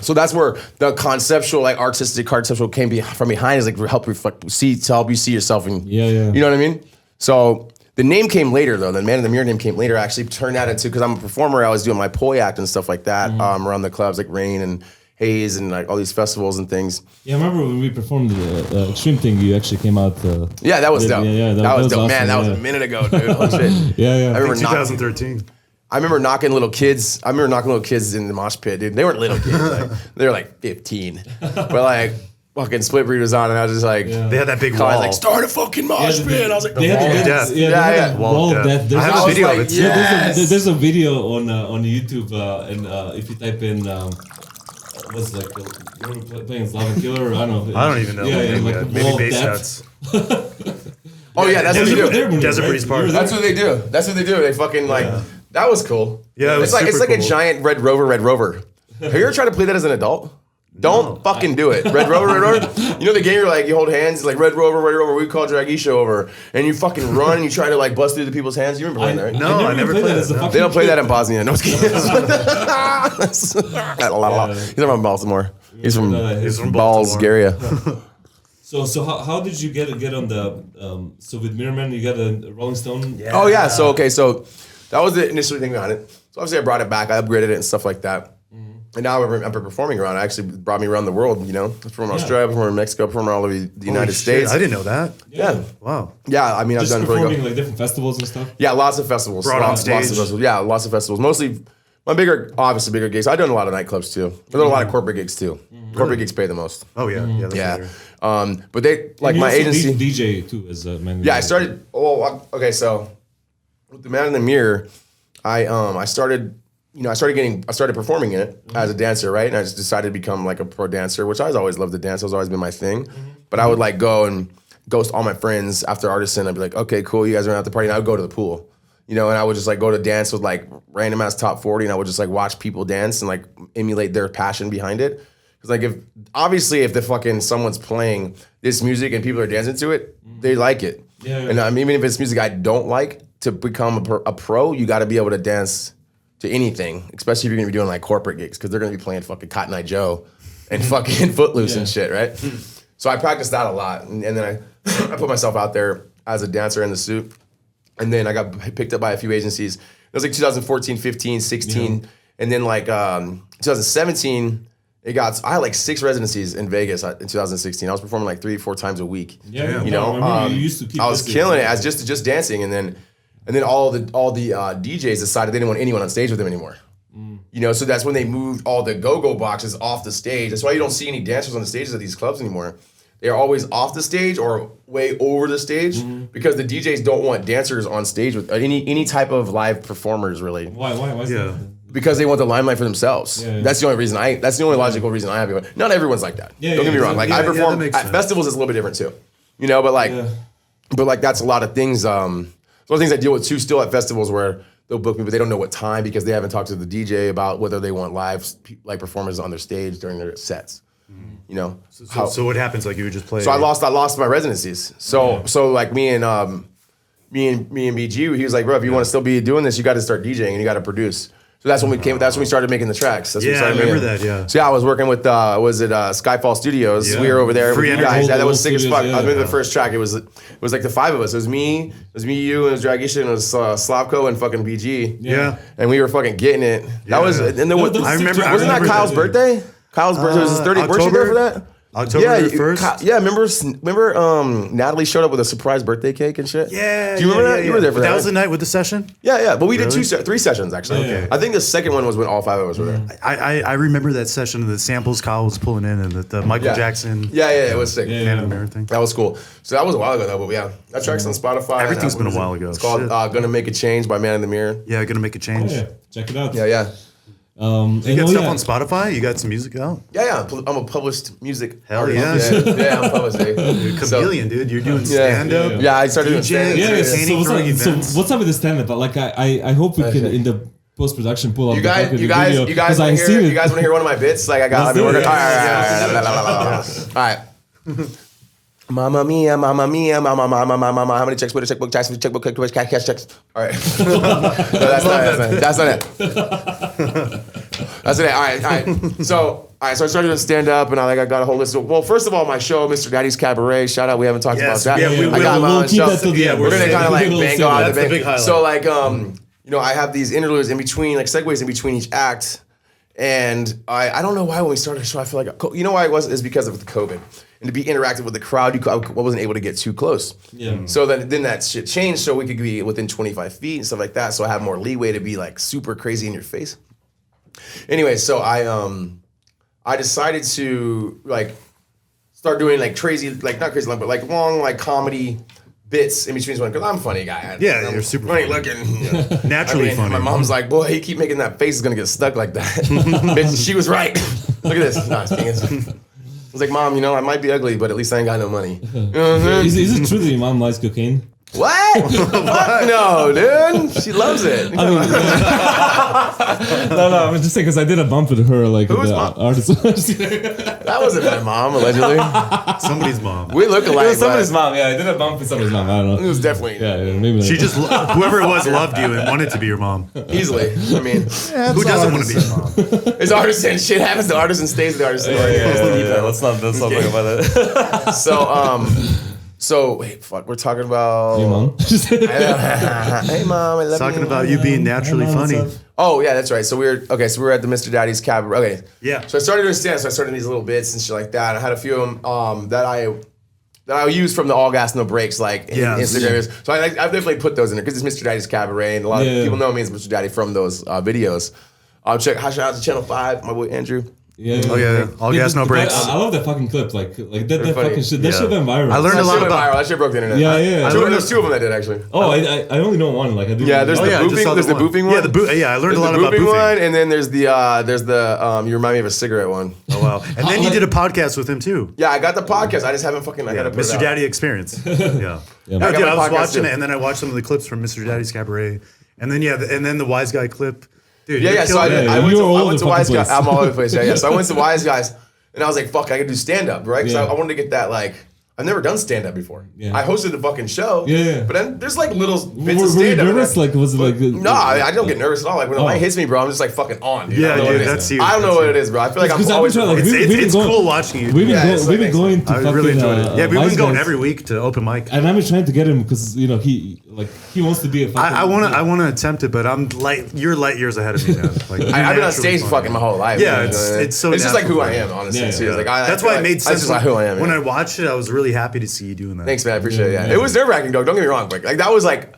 so that's where the conceptual, like artistic conceptual, came be from behind is like help reflect, see to help you see yourself, and Yeah, yeah. you know what I mean. So the name came later though. The Man in the Mirror name came later. I actually turned that into because I'm a performer. I was doing my poi act and stuff like that Mm-hmm. um, around the clubs like Rain and Haze and like all these festivals and things. yeah. I remember when we performed the uh, extreme thing, you actually came out. Uh, Yeah, that was Yeah, dope. yeah, yeah, that, was, dope, man. awesome, That was yeah. a minute ago, dude. Holy shit. Yeah, yeah. I remember knocking 2013. I remember knocking little kids. I remember knocking little kids in the mosh pit, dude. They weren't little kids. Like, they were like 15. But like fucking split breed was on and I was just like, They had that big I was wall. like, start a fucking mosh they- pit. I was like, they had Wall of the Death. Yeah, Yeah, yeah, yeah. Wall, of Death. There's I have I a was video like, of it. yeah. Yeah, there's, Yes. a, there's a video on uh, on YouTube, uh, and uh, if you type in um, what's like uh, the, what are we play- playing Lava Killer? I don't know. I don't even know. Yeah, yeah, maybe like uh, the maybe wall base of death. sets. Oh yeah, that's what That's they what do. they're doing, Desert right? Breeze Park. You're That's there? what they do. That's what they do. They fucking like that was cool. Yeah, it was it's like it's super like a cool. giant red rover, red rover. Have you ever tried to play that as an adult? Don't fucking do it. Red Rover, Red Rover. You know the game you're like, you hold hands, like Red Rover, Red Rover, we call Dragisha over. And you fucking run and you try to like bust through the people's hands. You remember playing that, right? No, I never played played that as it, a no. fucking They don't play kid. that in Bosnia. No, I'm just kidding. That's- la, la, la. He's from Baltimore. He's from, Yeah, he's from Balsgaria. So so how, how did you get get on the um, so with Mirrorman you got a Rolling Stone? Yeah. oh yeah. So okay. So that was the initial thing behind it. So obviously I brought it back. I upgraded it and stuff like that. Mm-hmm. And now I'm, I'm performing around. It actually brought me around the world. You know, from Australia, from Mexico, from all over the United Holy shit, States. I didn't know that. Yeah, Wow. yeah. I mean, Just I've done really performing good. like different festivals and stuff. Yeah, lots of festivals. Brought on lots, lots of stage. festivals. Yeah, lots of festivals. Mostly my bigger, obviously bigger gigs. I've done a lot of nightclubs too. I've done a Mm-hmm. lot of corporate gigs too. Corporate gigs pay the most. Oh yeah, Mm. yeah, that's Yeah, weird. um, but they like You my also agency. D- DJ too as a man. Yeah, I started. Oh, I- okay. So with the Man in the Mirror, I um I started. You know, I started getting, I started performing in it Mm-hmm. as a dancer, right? And I just decided to become like a pro dancer, which I was always loved to dance. That was always been my thing. Mm-hmm. But I would like go and ghost all my friends after Artisan. I'd be like, okay, cool, you guys are out the party. And I would go to the pool, you know, and I would just like go to dance with like random ass top 40 and I would just like watch people dance and like emulate their passion behind it. Because like if obviously if the fucking someone's playing this music and people are dancing to it, they like it. Yeah, yeah. And I mean, even if it's music I don't like, to become a, pro- a pro, you got to be able to dance to anything, especially if you're gonna be doing like corporate gigs, because they're gonna be playing fucking Cotton Eye Joe and fucking Footloose and shit, right? so I practiced that a lot, and, and then I I put myself out there as a dancer in the suit, and then I got p- picked up by a few agencies. It was like 2014, 15, 16, and then like um, 2017. It got. I had like six residencies in Vegas uh, in 2016. I was performing like three, four times a week. Yeah, yeah. you No, I know, remember um, you used to keep I was busy. killing it as just just dancing, and then and then all the all the uh, DJs decided they didn't want anyone on stage with them anymore. Mm. You know, so that's when they moved all the go-go boxes off the stage. That's why you don't see any dancers on the stages at these clubs anymore. They are always off the stage or way over the stage Mm-hmm. because the DJs don't want dancers on stage with any any type of live performers really Why? Why? Why? Is Yeah. That? because they want the limelight for themselves. Yeah, yeah. That's the only reason I. That's the only logical reason I have it. Not everyone's like that. Yeah, Don't yeah, get me wrong. yeah. Like Yeah, I yeah, that perform makes at sense. festivals. It's a little bit different too. You know, but like, Yeah. but like that's a lot of things. Um, it's one of the things I deal with too. Still at festivals where they'll book me, but they don't know what time because they haven't talked to the DJ about whether they want live like performers on their stage during their sets. You know, Mm-hmm. So, so what happens? Like you would just play. so I lost I lost my residencies. So so like me and um me and me and BG, he was like, bro, if you want to still be doing this, you got to start DJing and you got to produce. So that's when we came. That's when we started making the tracks. That's when we Yeah, I started remember making- that, yeah. So yeah, I was working with uh, was it uh, Skyfall Studios? Yeah. We were over there Free with you energy. guys. Yeah, that Old- was sick old as fuck. studios, I remember yeah. the first track. It was it was like the five of us. It was me, it was me, you, and it was Dragisha, and it was uh, Slavko and fucking BG. Yeah. And we were fucking getting it. That Yeah. was and then what, those I six remember- tracks- I wasn't that remember Kyle's that. birthday? Kyle's birthday was his Uh, 30th birthday October? for that. October you- 1st? Ky- yeah, remember s- remember um, Natalie showed up with a surprise birthday cake and shit. Yeah. do you remember yeah, that? yeah, You were there for But that. was the right? night with the session. yeah, yeah, but we did two, Really? se- three sessions actually. Okay. I think the second one was when all five of us were there. I, I, I remember that session of the samples Kyle was pulling in and the, the Michael Yeah. Jackson. Yeah, yeah, it was sick. Yeah, Man yeah. of the Mirror thing. That was cool. So that was a while ago though, but yeah, that track's on Spotify. Everything's Uh, been a what is it? while ago. It's called Shit. uh, "Gonna Make a Change" by Man in the Mirror. Yeah, gonna make a Oh, change. yeah. Check it out. Yeah, yeah, Um, You and, got oh, stuff yeah. on Spotify? You got some music out? yeah, yeah. I'm pu- I'm a published music. Hell artist. yeah. yeah, yeah, I'm published. eh? So- Chameleon, dude. You're doing yeah, stand up. yeah, I started doing DJ. stand-up. Yeah, yeah. Entertaining So, what's for up, so events. what's up with the stand-up? But, Like, I, I, I hope we can Okay. in the post-production pull up. You guys, the you guys, you guys, I wanna see hear, it. you guys want to hear one of my bits? Like I got. I've Let's been do working. it. All right, all right, all right, all right, all right. Mamma mia, mamma mia, mamma, mamma, mamma, mamma. How many checks? What a checkbook, checks, checkbook, checkbook, cash, cash, checks. All right. no, that's, not, it, that's not it. That's not it. That's not it. All right, all right. So, all right. So I started to stand up, and I like I got a whole list of. Well, first of all, my show, Mr. Daddy's Cabaret. Shout out. We haven't talked Yes, about that. yeah, we I got will. my We'll own keep show. that till the Yeah, end. we're We're gonna Save kind it. of like We'll bang save on it. the That's the bang. big highlight. So like um, you know, I have these interludes in between, like segues in between each act, and I I don't know why when we started the show I feel like you know why it was is because of the COVID and to be interactive with the crowd, you cou- I wasn't able to get too close. Mm. Yeah. So then then that shit changed, so we could be within 25 feet and stuff like that. So I have more leeway to be like super crazy in your face. Anyway, so I um, I decided to like start doing like crazy, like not crazy long, but like long like comedy bits in between one because I'm a funny guy. Yeah, I'm you're super funny, funny. looking. Yeah. Naturally I mean, funny. My mom's like, boy, you keep making that face is gonna get stuck like that. Bitch, she was right. Look at this. Nah, it's being- I was like, mom, you know, I might be ugly, but at least I ain't got no money. You know what I'm saying? Is, is it true that your mom likes cocaine? What? Fuck no, dude. She loves it. I mean, no, no. I was just saying because I did a bump with her, like with Who's the mom? artist. That wasn't my mom, allegedly. Somebody's mom. We look alike. somebody's but mom. Yeah, I did a bump with somebody's mom. I don't It know. was definitely Yeah, yeah maybe. She like- just, lo- whoever it was, loved you and wanted to be your mom. Who easily. I mean, doesn't want to be your mom? it's artisan. Shit happens to artisan, stays with artisan. Yeah, let's not let's not talk about that. So um, so wait, fuck, we're talking about. Your mom. hey mom, I love Talking you. about you being naturally Hey, mom, funny. what's up? Oh yeah, that's right. So we were okay. So we were at the Mr. Daddy's Cabaret. Okay. Yeah. So I started to understand. So I started these little bits and shit like that. I had a few of them um, that I that I use from the All Gas No Breaks like in Yes. Instagram. So I, I've definitely put those in there because it's Mr. Daddy's Cabaret and a lot Yeah. of people know me as Mr. Daddy from those uh, videos. Um, check shout out to Channel Five, my boy Andrew. Yeah. Oh yeah, all Yeah, gas, the- no the- breaks. I, I love that fucking clip. Like, like that, that funny. fucking shit. That Yeah. shit went viral. I learned That shit a lot went viral. about. That shit broke the internet. Yeah, I- yeah. I Two, learned- there's two of them that did actually. Oh, I, I, I only know one. Like, I didn't Yeah, there's oh, the yeah, I just booping. saw the There's the one. booping Yeah, one. the boo- yeah, I learned There's a lot the about booping boofing. one, and then there's the uh, there's the um, you remind me of a cigarette one. Oh wow! And then you did a podcast with him too. Yeah, I got the podcast. I just haven't fucking. I gotta put it Mr. out. Daddy experience. Yeah. No, I dude, got my I was podcast watching too. it, and then I watched some of the clips from Mr. Daddy's Cabaret, and then yeah, the, and then the Wise Guy clip. Dude, Yeah, you're yeah. So I, killing it. I yeah, went you to, were all I over went the to fucking Wise Guys. place. I'm all over the place. Yeah, yeah. So I went to Wise Guys, and I was like, "Fuck, I could do stand up, right?" Because I, Yeah. I wanted to get that like. I've never done stand up before. Yeah. I hosted the fucking show. Yeah, yeah. But then there's like little bits Were, of were you stand up. nervous? Like, was it like? No, I, I don't get nervous at all. Like when the Oh. light hits me, bro, I'm just like fucking on. Dude. Yeah, I don't know dude, what it is. that's you. I don't know That's what you. it is, bro. I feel like Because I'm I've always. been trying. Like, It's- we've, it's- we've been it's going, cool watching you. We've been, Yeah, go- it's like we've been nice. going to I fucking. really enjoyed uh, it. Yeah, we've Wise been going Guys. every week to open mic. And I've been trying to get him because you know he like he wants to be a fucking. I, I wanna, I wanna attempt it, but I'm light. You're light years ahead of me. Now. Like, I, have been on stage fucking my whole life. you Yeah, know it's- what I mean? it's so It's just like who natural. I am, honestly. Yeah, too. yeah. It's Like, I, That's I feel why it like- made That's sense just like who I am. when yeah. I watched it. I was really happy to see you doing that. Thanks, man. I appreciate it. Yeah. It was nerve wracking, dog. Don't get me wrong. Like, like that was like,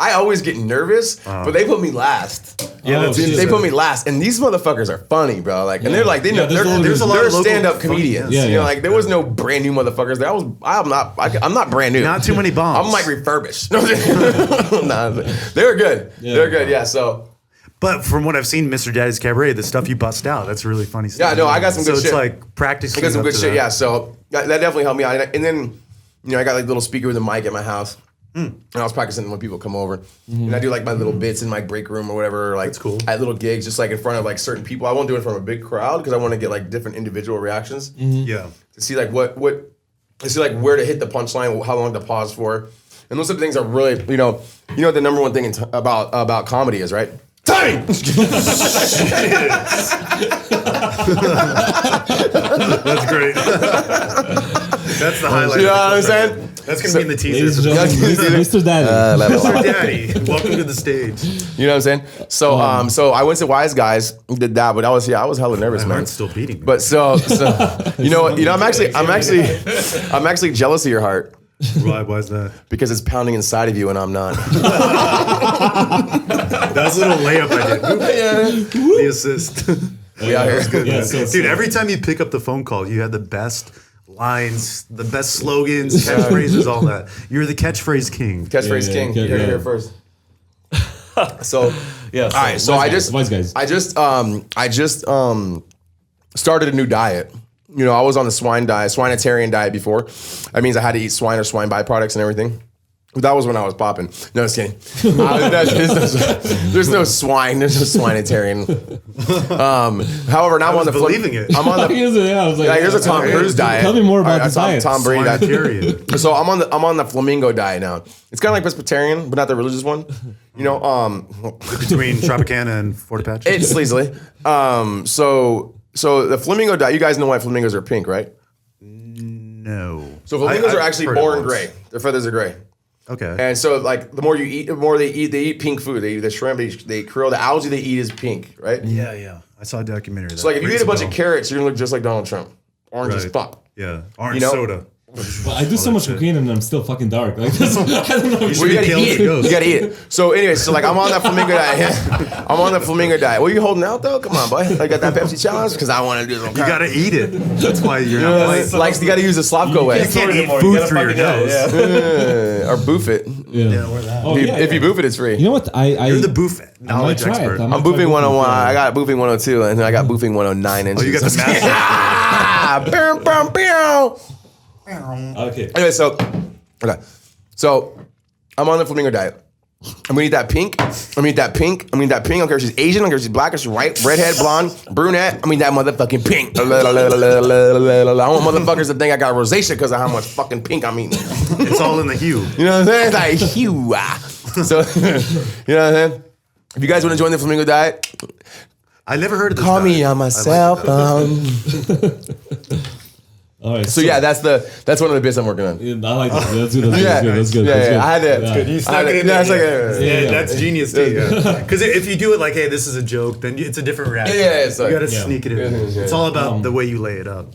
I always get nervous, but they put me last. Uh-huh. Yeah, that's- They- they put me last, and these motherfuckers are funny, bro. Like, and they're like, they Yeah, know, there's they're, a lot of- there's a lot of local stand-up funny- comedians. Yeah, You know, yeah. like there was no brand new motherfuckers. There. I was, I'm not, I, I'm not brand new. Not too many bombs. I'm like refurbished. No, I'm not. they're good. Yeah. They're good. Yeah. So But from what I've seen, Mr. Daddy's Cabaret, the stuff you bust out, that's really funny stuff. Yeah, no, I got some so good it's shit. like practicing. I got some up good to shit. that. Yeah, so that, that definitely helped me out. And, and then, you know, I got like a little speaker with a mic at my house, Hmm. and I was practicing when people come over, Mm-hmm. and I do like my little bits in my break room or whatever. Like, cool. At little gigs, just like in front of like certain people. I won't do it in front of a big crowd because I want to get like different individual reactions Mm-hmm. Yeah. to see like what what to see like where to hit the punchline, how long to pause for, and those type of things are really you know you know what the number one thing in t- about about comedy is right. Time. That's great. that's the highlight. You know what I'm of the clip right saying? there. That's gonna be in the Ladies teasers. and gentlemen, Mr. Daddy. Mr. Daddy, welcome to the stage. You know what I'm saying? So Mm. um, so I went to Wise Guys, did that, but I was yeah, I was hella nervous, man. Mark's still beating. me. But so, so you know, what- you know, I'm actually, I'm actually, I'm actually jealous of your heart why was that? because it's pounding inside of you and I'm not. That was a little layup I did. the assist. We out here. yeah, so, Dude, every time you pick up the phone call, you had the best lines, the best slogans, catchphrases, all that. You're the catchphrase king. Catchphrase Yeah, king. yeah, You're yeah. here first. So, Yeah. all right. So I just, wise guys. I just, um, I just, um, started a new diet. You know, I was on the swine diet, swinitarian diet before. That means I had to eat swine or swine byproducts and everything. That was when I was popping. No, just kidding. Uh, that's- there's, no, there's no swine. There's no swinitarian. Um, however, now I'm on was the flip- believing it. I'm on the Here's a, yeah, I was like, Yeah, here's a yeah, Tom yeah, Cruise tell- diet. Tell me more about Alright, the I saw diet. Tom Brady Wine diet. period. So I'm on the I'm on the flamingo diet now. It's kind of like Presbyterian, but not the religious one. You know, um, Between Tropicana and Fort Apache. it's sleazily. Um, so so the flamingo diet. You guys know why flamingos are pink, right? no. So flamingos I- are I've actually heard it born once. gray. Their feathers are gray. Okay. And so, like, the more you eat, the more they eat. They eat pink food. They eat the shrimp, they, eat- they eat krill. The algae they eat is pink, right? yeah, yeah. I saw a documentary. So, like, if you eat a bunch of carrots, you're gonna look just like Donald Trump, orange as fuck. Yeah. Orange You know- soda. But I do so much shit. cocaine and I'm still fucking dark. Like, that's, I don't know. Well, you gotta Kale eat as it. it goes. You gotta eat it. So, anyway, so like I'm on that flamingo diet. I'm on the flamingo diet. What are you holding out though? Come on, boy. I got that Pepsi challenge because I want to do some. You gotta eat it. That's why you're not like, white. like, you gotta use the Slavko way can't eat food through your nose. or boof it. Yeah. Oh, If you- yeah, if you yeah. boof it, it's free. You know what? I, I You're the boof I might knowledge try it. expert. I might I'm try boofing 101. yeah. I got boofing 102, and then I got boofing 109 Oh, inches. you got the master. ah, bam, bam, bam. Okay. Anyway, so okay, so I'm on the flamingo diet. I'm gonna eat that pink. I'm gonna eat that pink. I'm gonna eat that pink. I don't care if she's Asian. I don't care if she's black. Or she's white, redhead, blonde, brunette. I'm gonna eat that motherfucking pink. I want motherfuckers to think I got rosacea because of how much fucking pink I'm eating. it's all in the hue. You know what I'm saying? Like, hue. ah. So, you know what I'm saying? If you guys want to join the flamingo diet, I never heard of this. call me diet. on my I like cell it. phone. All right. So yeah, that's the that's one of the bits I'm working on. I like that. That's good. That's Yeah, good. That's good. yeah, That's yeah, good. I had it. Yeah. Good. You Yeah. You snuck snuck it in in. there. yeah, Yeah. that's genius too. Because if you do it like, hey, this is a joke, then it's a different reaction. Yeah, yeah, it's like- you gotta Yeah. sneak it in. It's all about the way you lay it up.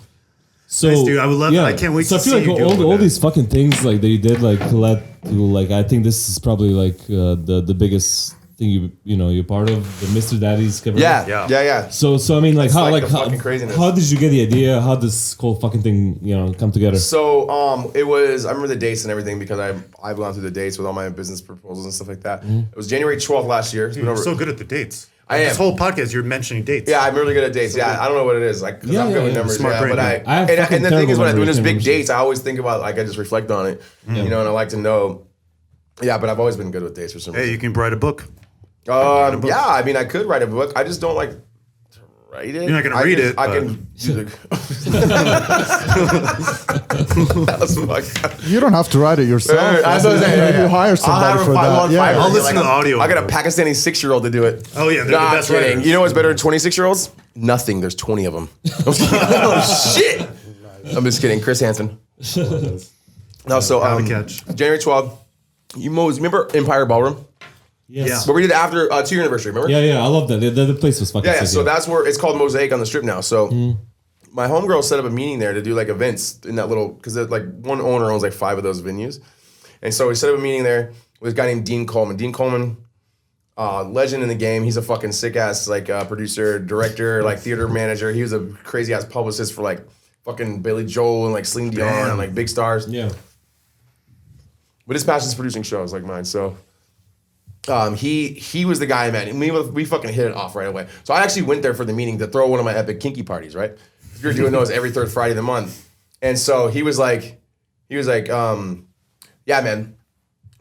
So Nice, dude. I would love- I can't wait So to I feel see like you do it all, with all that. these fucking things like that you did like led to like I think this is probably like uh, the the biggest thing you you know you're part of the Mr. Daddy's cover. Yeah, yeah, Yeah. yeah, So so I mean like That's how like like, the fucking how, craziness. how did you get the idea? How this whole fucking thing you know come together? So um, it was. I remember the dates and everything because I I've gone through the dates with all my business proposals and stuff like that. Mm-hmm. It was January 12th last year. It's been You're over- so good at the dates. I This am. whole podcast, you're mentioning dates. Yeah, I'm really good at dates. Yeah, I don't know what it is. Like, i I'm Yeah, yeah, good with yeah. numbers. Smart yeah, brain. but I, I have and, fucking and the thing is, terrible when I do memory, those can't big remember dates, I always think about like I just reflect on it, Mm-hmm. you know, and I like to know. Yeah, but I've always been good with dates for some Hey, reason. you can write a book. Um, yeah, I mean, I could write a book. I just don't like to write it. You're not gonna I read just- it, I but- can. do the- that was fucked up. You don't have to write it yourself. Hey, that's what I'm saying. You- Yeah, yeah. You hire somebody I'll hire for a five- that. one Yeah. fiber. I'll listen Like, to the audio. I got a Pakistani six year old to do it. Oh, yeah, they're the Nah, best kidding. writers. You know what's better than twenty six year olds? Nothing. There's twenty of them. oh shit! I'm just kidding. Chris Hansen. No, so um, catch. January 12th. You most remember Empire Ballroom? yes. But we did it after uh, two year anniversary. Remember? Yeah, yeah, I love that. The, the- the place was fucking Hmm. Yeah, yeah. sick, So that's where it's called Mosaic on the Strip now. So my homegirl set up a meeting there to do like events in that little because like one owner owns like five of those venues, and so we set up a meeting there with a guy named Dean Coleman. Dean Coleman, uh, legend in the game. He's a fucking sick ass like uh, producer, director, like theater manager. He was a crazy ass publicist for like fucking Billy Joel and like Celine Dion and like big stars. yeah. But his passion is producing shows like mine. So um, he he was the guy I met. And we, we fucking hit it off right away. So I actually went there for the meeting to throw one of my epic kinky parties, right? If you're doing those every third Friday of the month. And so he was like, he was like, um, yeah, man,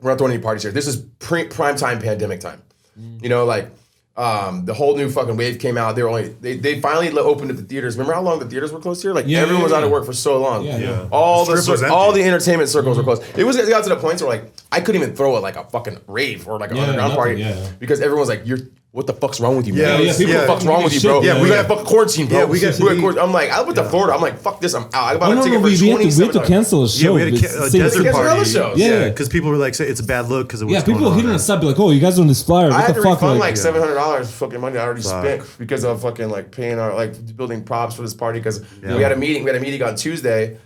we're not throwing any parties here. This is pre- prime time pandemic time. Mm. You know, like um, the whole new fucking wave came out. They were only they, they finally le- opened up the theaters. Remember how long the theaters were closed here? Like Yeah, everyone yeah, was out of yeah. work for so long. Yeah, yeah. All the, The strip was cir- all empty. the entertainment circles were closed. It was it got to the point where like I couldn't even throw it like a fucking rave or like an Yeah, underground nothing, party yeah, yeah. because everyone's like, "You're what the fuck's wrong with you, Yeah, man? yeah, what the people- fuck's wrong with you, shit, bro? yeah, we yeah. got fucking quarantine, bro. Yeah, we got to had be- quarantine. I'm like, I went to Florida. I'm like, fuck this. I'm out. I bought Oh, a no, ticket no, for we, we had to, we had to $27. cancel a Yeah, show. we had a, It's ca- uh, a same- desert same- Cancel party. other shows. Yeah. because people were like, say it's a bad look because of Yeah, what's going people on hitting there. us up like, oh, you guys are on this flyer. I What had the to fuck? refund like, Like, seven hundred dollars fucking money I already spent because of fucking like paying our like building props for this party because we had a meeting we had a meeting on Tuesday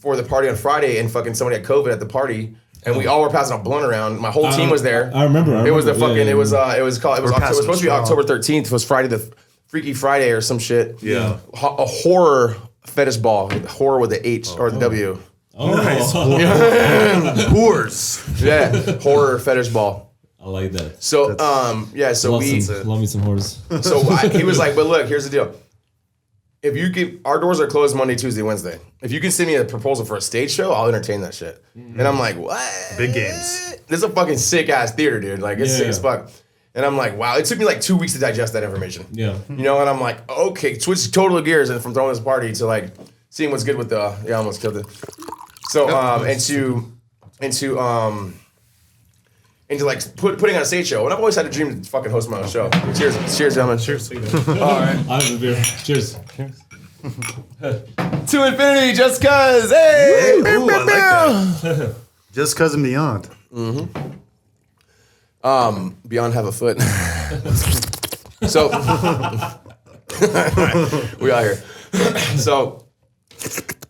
for the party on Friday and fucking somebody had COVID at the party and we all were passing a blunt around. My whole team was there. I remember, I it was the remember, yeah, fucking yeah, it was uh it was called it was, October, it We're was passing supposed to be straw. October thirteenth was Friday the Freaky Friday or some shit. Yeah. Ho- a horror fetish ball horror with the H or the W. oh, Whores. Yeah, horror fetish ball. I like that. So um yeah so Love, we some, love me some horse. So I, he was like, "But look, here's the deal. If you can, our doors are closed Monday, Tuesday, Wednesday. If you can send me a proposal for a stage show, I'll entertain that shit." And I'm like, "What? Big games. This is a fucking sick ass theater, dude. Like it's sick Yeah. as fuck." And I'm like, "Wow." It took me like two weeks to digest that information. Yeah. You know, and I'm like, "Okay, switch total gears and from throwing this party to like seeing what's good with the yeah, I almost killed it." So um into into um into like put, putting on a stage show. And I've always had a dream to fucking host my own show. Cheers, cheers, gentlemen. Uh, Cheers. I have a beer. Cheers. To infinity, just cause. Hey, Ooh, I like that. Just because I'm beyond. beyond have a foot. so we out here. so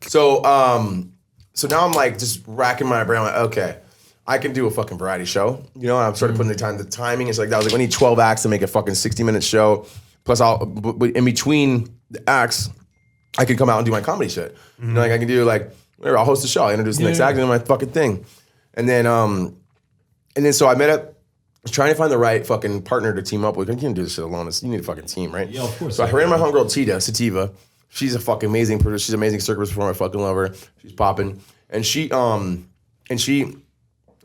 so um so now I'm like just racking my brain. Like, okay, I can do a fucking variety show. You know, and I'm started putting the time, the timing. It's like that. I was like, we need 12 acts to make a fucking 60 minute show. Plus, I'll but but in between the acts, I could come out and do my comedy shit. You know, like I can do like whatever. I'll host a show. I introduce the next Yeah. act and do my fucking thing. And then um, and then so I met up. I was trying to find the right fucking partner to team up with. You can't do this shit alone. It's- You need a fucking team, right? Yeah, of course. So I ran my homegirl Tita Sativa. She's a fucking amazing producer. She's an amazing circus performer. I fucking love her. She's popping, and she um, and she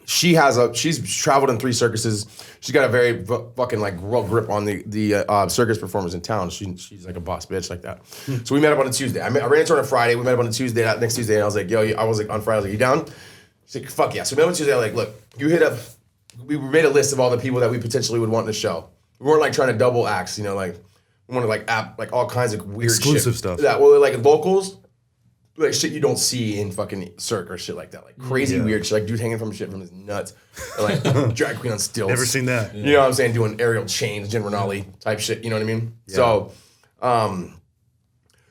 she has a she's traveled in three circuses. She's got a very v- fucking like real grip on the the uh, uh, circus performers in town. She, she's like a boss bitch like that. Hmm. so we met up on a Tuesday. I, met, I ran into her on a Friday. We met up on a Tuesday that next Tuesday, and I was like, yo, you- I was like on Friday, I was like, you down? She's like, fuck yeah. So we met up on Tuesday. I'm like, look, you hit up. We made a list of all the people that we potentially would want in the show. We weren't like trying to double acts, you know, like we wanted like app like all kinds of weird shit. Exclusive stuff. Yeah, well, like locals like shit you don't see in fucking Cirque or shit like that. Like crazy weird shit. Like dude hanging from shit from his nuts. Or, like drag queen on stilts. Never seen that. You know what I'm saying? Doing aerial chains, Jim Rinaldi type shit. You know what I mean? So, um,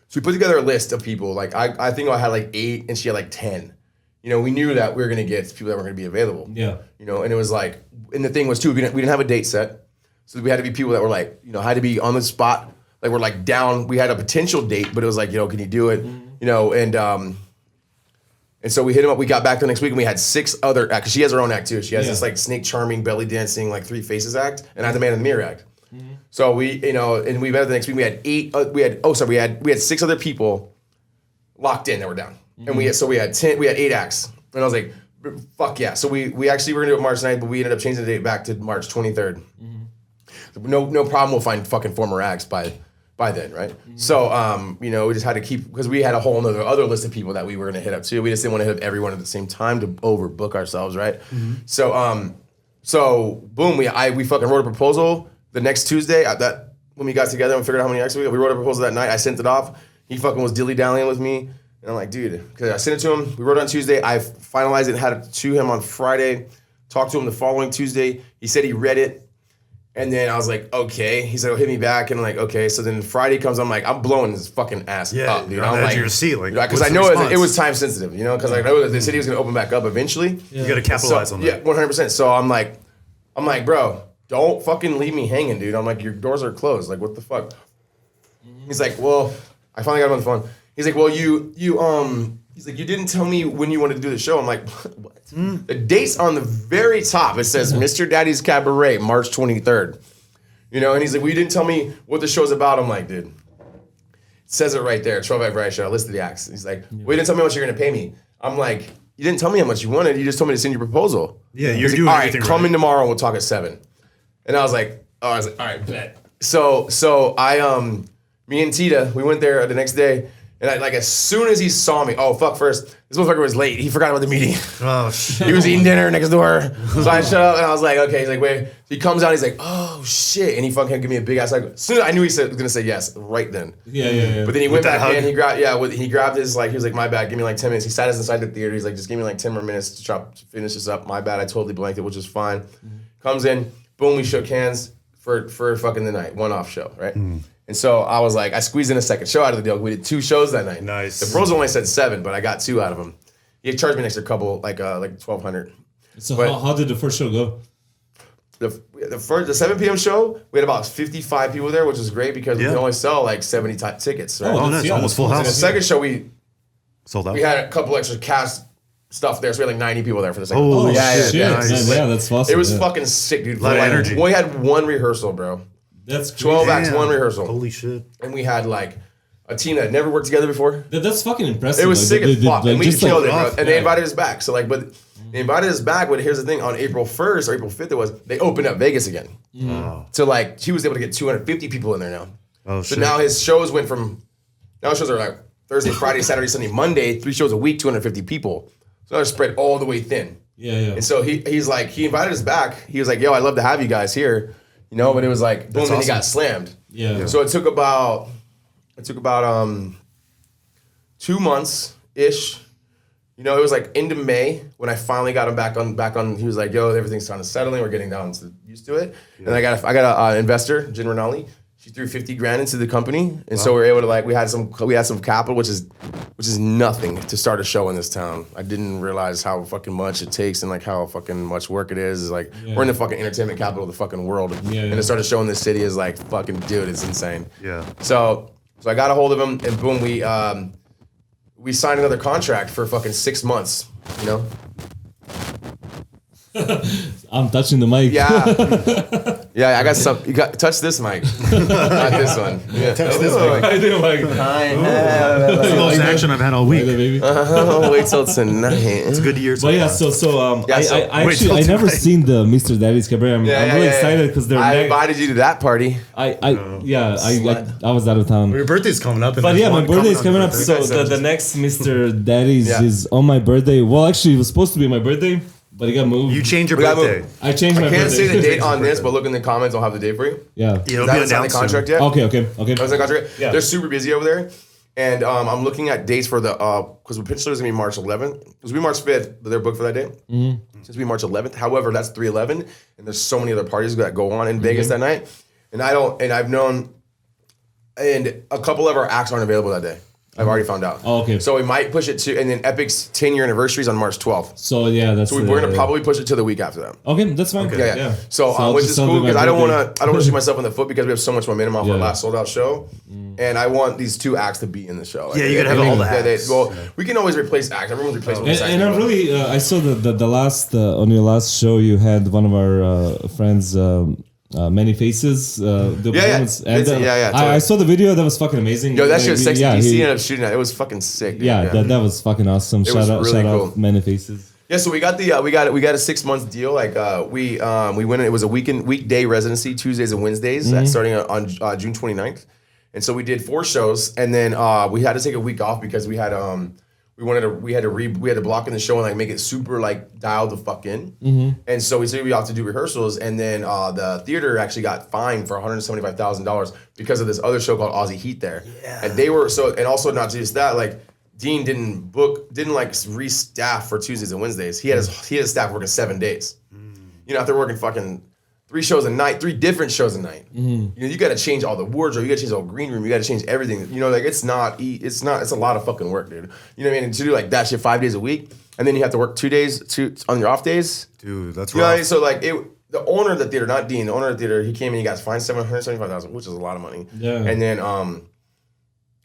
so we put together a list of people. Like I, I think I had like eight, and she had like ten. You know, we knew that we were gonna get people that were gonna be available. Yeah. You know, and it was like, and the thing was too, we didn't, we didn't have a date set, so we had to be people that were like, you know, had to be on the spot. Like we're like down. We had a potential date, but it was like, you know, can you do it? You know, and um, and so we hit him up. We got back the next week and we had six other acts. 'cause She has her own act too. She has this Yeah. like snake charming, belly dancing, like three faces act, and I had the man in the mirror act. So we, you know, and we met up the next week. We had eight. Uh, we had oh, sorry, we had we had six other people locked in that were down, and we had so we had ten. We had eight acts, and I was like, fuck yeah. So we we actually were gonna do it March 9th, but we ended up changing the date back to March twenty no no problem. We'll find fucking former acts by by then, right? So um, you know, we just had to keep because we had a whole other other list of people that we were gonna hit up too. We just didn't want to hit up everyone at the same time to overbook ourselves, right? So um, so boom, we I we fucking wrote a proposal the next Tuesday. I, that when we got together and figured out how many acts we got, we wrote a proposal that night. I sent it off. He fucking was dilly dallying with me. And I'm like, dude, because I sent it to him. We wrote it on Tuesday. I finalized it, had it to him on Friday. Talked to him the following Tuesday. He said he read it. And then I was like, okay. He said, well, hit me back. And I'm like, okay. So then Friday comes, I'm like, I'm blowing his fucking ass Yeah, up, dude. you're on I'm the edge like, of your seat, like, because what's I the know it, response? it was time sensitive, you know, because I know that the city was going to open back up eventually. You got to capitalize So- on Yeah, that. one hundred percent. So I'm like, I'm like, bro, don't fucking leave me hanging, dude. I'm like, your doors are closed. Like, what the fuck? He's like, well, I finally got him on the phone. He's like, well, you, you, um, he's like, you didn't tell me when you wanted to do the show. I'm like, what? Hmm. The date's on the very top. It says Mr. Daddy's Cabaret, March 23rd. You know, and he's like, well, you didn't tell me what the show's about. I'm like, dude, says it right there. Twelve Act Variety Show. List of the acts. He's like, well, you didn't tell me how much you're gonna pay me. I'm like, you didn't tell me how much you wanted. You just told me to send your proposal. Yeah, He's you're like, doing All right, everything come right." in tomorrow and we'll talk at seven. And I was like, oh, I was like, all right, bet. So, so I, um, me and Tita, we went there the next day, and I, like as soon as he saw me, oh fuck, first this motherfucker was late. He forgot about the meeting. Oh shit! he was eating dinner next door. So I shut up and I was like, okay. He's like, wait. He comes out. He's like, oh shit, and he fucking give me a big ass. Like, as soon as I knew he said, was gonna say yes right then. Yeah, yeah, yeah. But then he went that back hug? in. He grabbed, yeah, with, he grabbed his like. He was like, "My bad. Give me like ten minutes." He sat us inside the theater. He's like, "Just give me like ten more minutes to chop, to finish this up." My bad. I totally blanked it, which is fine. Mm-hmm. Comes in, boom. We shook hands for for fucking the night, one off show, right? Mm. And so I was like, I squeezed in a second show out of the deal. We did two shows that night. Nice. The pros only said seven, but I got two out of them. He charged me an extra couple, like uh, like twelve hundred. So But- how, how did the first show go? The, the first the seven p.m. show, we had about fifty five people there, which was great because we Yeah. could only sell like seventy ti- tickets. Right? Oh, that's- no, it's yeah, almost full the house. second show we Sold out. we had a couple extra cast stuff there, so we had like 90 people there for the second. Holy Oh, yeah, yeah, shit, Yeah, yeah. nice. Oh, man, yeah, that's awesome. It was yeah. fucking sick, dude. Lot of Like, energy. We had one rehearsal, bro. That's crazy. 12 Damn. acts, one rehearsal. Holy shit! And we had like a team that had never worked together before. That- that's fucking impressive. It was like, sick they- as they- fuck. like, And we just, killed like, it, bro. off- And they yeah. invited us back. So, like, but they invited us back. But here's the thing on April 1st or April 5th, it was they opened up Vegas again. Wow. So, like, he was able to get 250 people in there now. Oh So shit! now his shows went from now his shows are like Thursday, Friday, Saturday, Sunday, Monday, three shows a week, 250 people. So they're spread all the way thin. Yeah, yeah. And so he he's like he invited us back. He was like, "Yo, I'd love to have you guys here," you know. But it was like, boom, then he got slammed. Yeah. Yeah. So it took about it took about um two months ish. You know, it was like into May when I finally got him back on back on. He was like, "Yo, everything's kind of settling. We're getting down to used to it." And I got a, I got an uh, investor, Jen Rinaldi. She threw fifty grand into the company, and so we were able to like we had some we had some capital, which is which is nothing to start a show in this town. I didn't realize how fucking much it takes and like how fucking much work it is. It's like we're in the fucking entertainment capital of the fucking world, and yeah. to start a show in this city is like fucking dude, it's insane. Yeah. So so I got a hold of him, and boom, we um we signed another contract for fucking six months. You know? I'm touching the mic. Yeah. yeah, I got some. You got touch this mic, not this one. Yeah. Touch this mic. I do like That's the most action I've had all Like that, week. baby. Oh, wait till tonight. Good year. But yeah, so so um, uh, Yeah, I, so- I, I Wait actually till I never tonight. seen the Mr. Daddy's Cabaret. I'm, I'm really excited because they're I next. invited you to that party. I I yeah I, I I was out of town. Your birthday's coming up. And But there's yeah, my one birthday is on your coming up. birthday. So the, the next Mr. Daddy's Yeah. is on my birthday. Well, actually, it was supposed to be my birthday, but it got moved. you change your We gotta birthday. move. I changed my I can't birthday. say the date on this, but look in the comments. I'll have the date for you. yeah. Yeah, Is it'll that be inside the announced soon. contract yet? Okay. Okay. Okay. That was in the contract. Yeah. They're super busy over there. And um, I'm looking at dates for the because the Peninsula is gonna be March 11th. It was gonna be March 5th, but they're booked for that date. Mm-hmm. It's gonna be March 11th. However, that's 311, and there's so many other parties that go on in Mm-hmm. Vegas that night. And I don't. And I've known, and a couple of our acts aren't available that day. I've already found out. Oh, okay. So we might push it to, and then Epic's 10 year anniversary is on March 12th. So yeah, that's So we, we're the- gonna probably push it to the week after that. Okay, that's fine. Yeah, yeah. So, um, which is cool because I don't want to. I don't want to shoot myself in the foot because we have so much momentum off our Yeah. Mm. last sold out show, and I want these two acts to be in the show. Like, Yeah, you gotta they- have all they- the they- acts. well, we can always replace acts. Everyone's replaceable. with And, and acts. I'm really, uh, I saw the, the the last uh, on your last show you had one of our uh, friends. Um, uh, many faces. Uh, Yeah, yeah. the performance. And, It's- uh, yeah, yeah, I, totally. I saw the video. That was fucking amazing. Yo, that shit Uh, was sexy. Yeah, DC he- ended up shooting that. It was fucking sick. dude. yeah, That, that was fucking awesome. shout was out, really shout cool. out, many faces. Yeah, so we got the uh, we got we got a six month deal. Like uh, we um, we went. in- It was a weekend weekday residency, Tuesdays and Wednesdays, uh, starting on uh, June 29th. And so we did four shows, and then uh, we had to take a week off because we had um we wanted to we had to re we had to block in the show and like make it super like dial the fuck in. And so we took a week off to do rehearsals, and then uh, the theater actually got fined for one hundred seventy five thousand dollars because of this other show called Aussie Heat there. Yeah. And they were so, and also not just that, like Dean didn't book, didn't like restaff for Tuesdays and Wednesdays. He had his he had his staff working seven days. You know, after working fucking three shows a night, three different shows a night. You know, you got to change all the wardrobe, you got to change all the green room, you got to change everything. You know, like it's not e- it's not it's a lot of fucking work, dude. You know what I mean? And to do like that shit five days a week, and then you have to work two days two on your off days. Dude, that's You know, what I right. mean? so like it. The owner of the theater, not Dean, the owner of the theater, he came and he got fined seven hundred seventy-five thousand, which is a lot of money. Yeah. And then, um,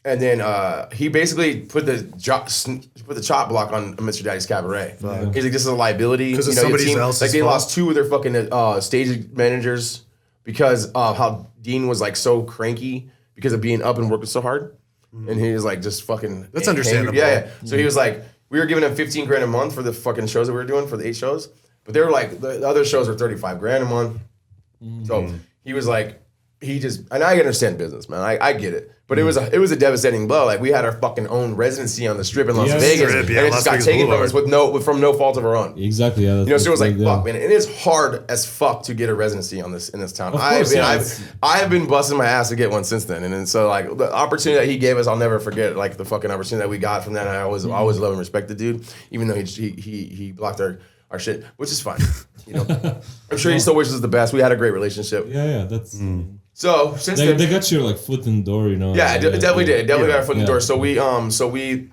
and then uh, he basically put the jo- sn- put the chop block on Mr. Daddy's Cabaret. He's like, this is a liability 'Cause you it's know, your somebody team- else's Like they fault. lost two of their fucking uh, stage managers because of how Dean was like so cranky because of being up and working so hard, and he was like just fucking. Hmm. That's angry. understandable. Hmm. Yeah, yeah. So he was like, we were giving him fifteen grand a month for the fucking shows that we were doing for the eight shows, but they were like the the other shows were thirty five grand a month. Hmm. So he was like, he just, and I understand business, man. I, I get it. Hmm. But it was a it was a devastating blow. Like we had our fucking own residency on the strip in Las Yes. Vegas, Strip, yeah, and it Las just got Vegas taken from Boulevard. us with no with, from no fault of our own. Exactly. Yeah. You know, so it was like, fuck, man, it is hard as fuck to get a residency on this in this town. Of I've course, been, yeah, it's- I've, I've been busting my ass to get one since then, and, then so like the opportunity that he gave us, I'll never forget. Like the fucking opportunity that we got from that, and I always, I always love and respect the dude, even though he he he, he blocked our, our shit, which is fine. You know, I'm sure he still wishes us the best. We had a great relationship. Yeah, yeah. That's So since they, then, they got your like foot in the door. You know. Mm. uh, yeah, it, it definitely did. It definitely got our foot in the Yeah. door. So we, um, so we,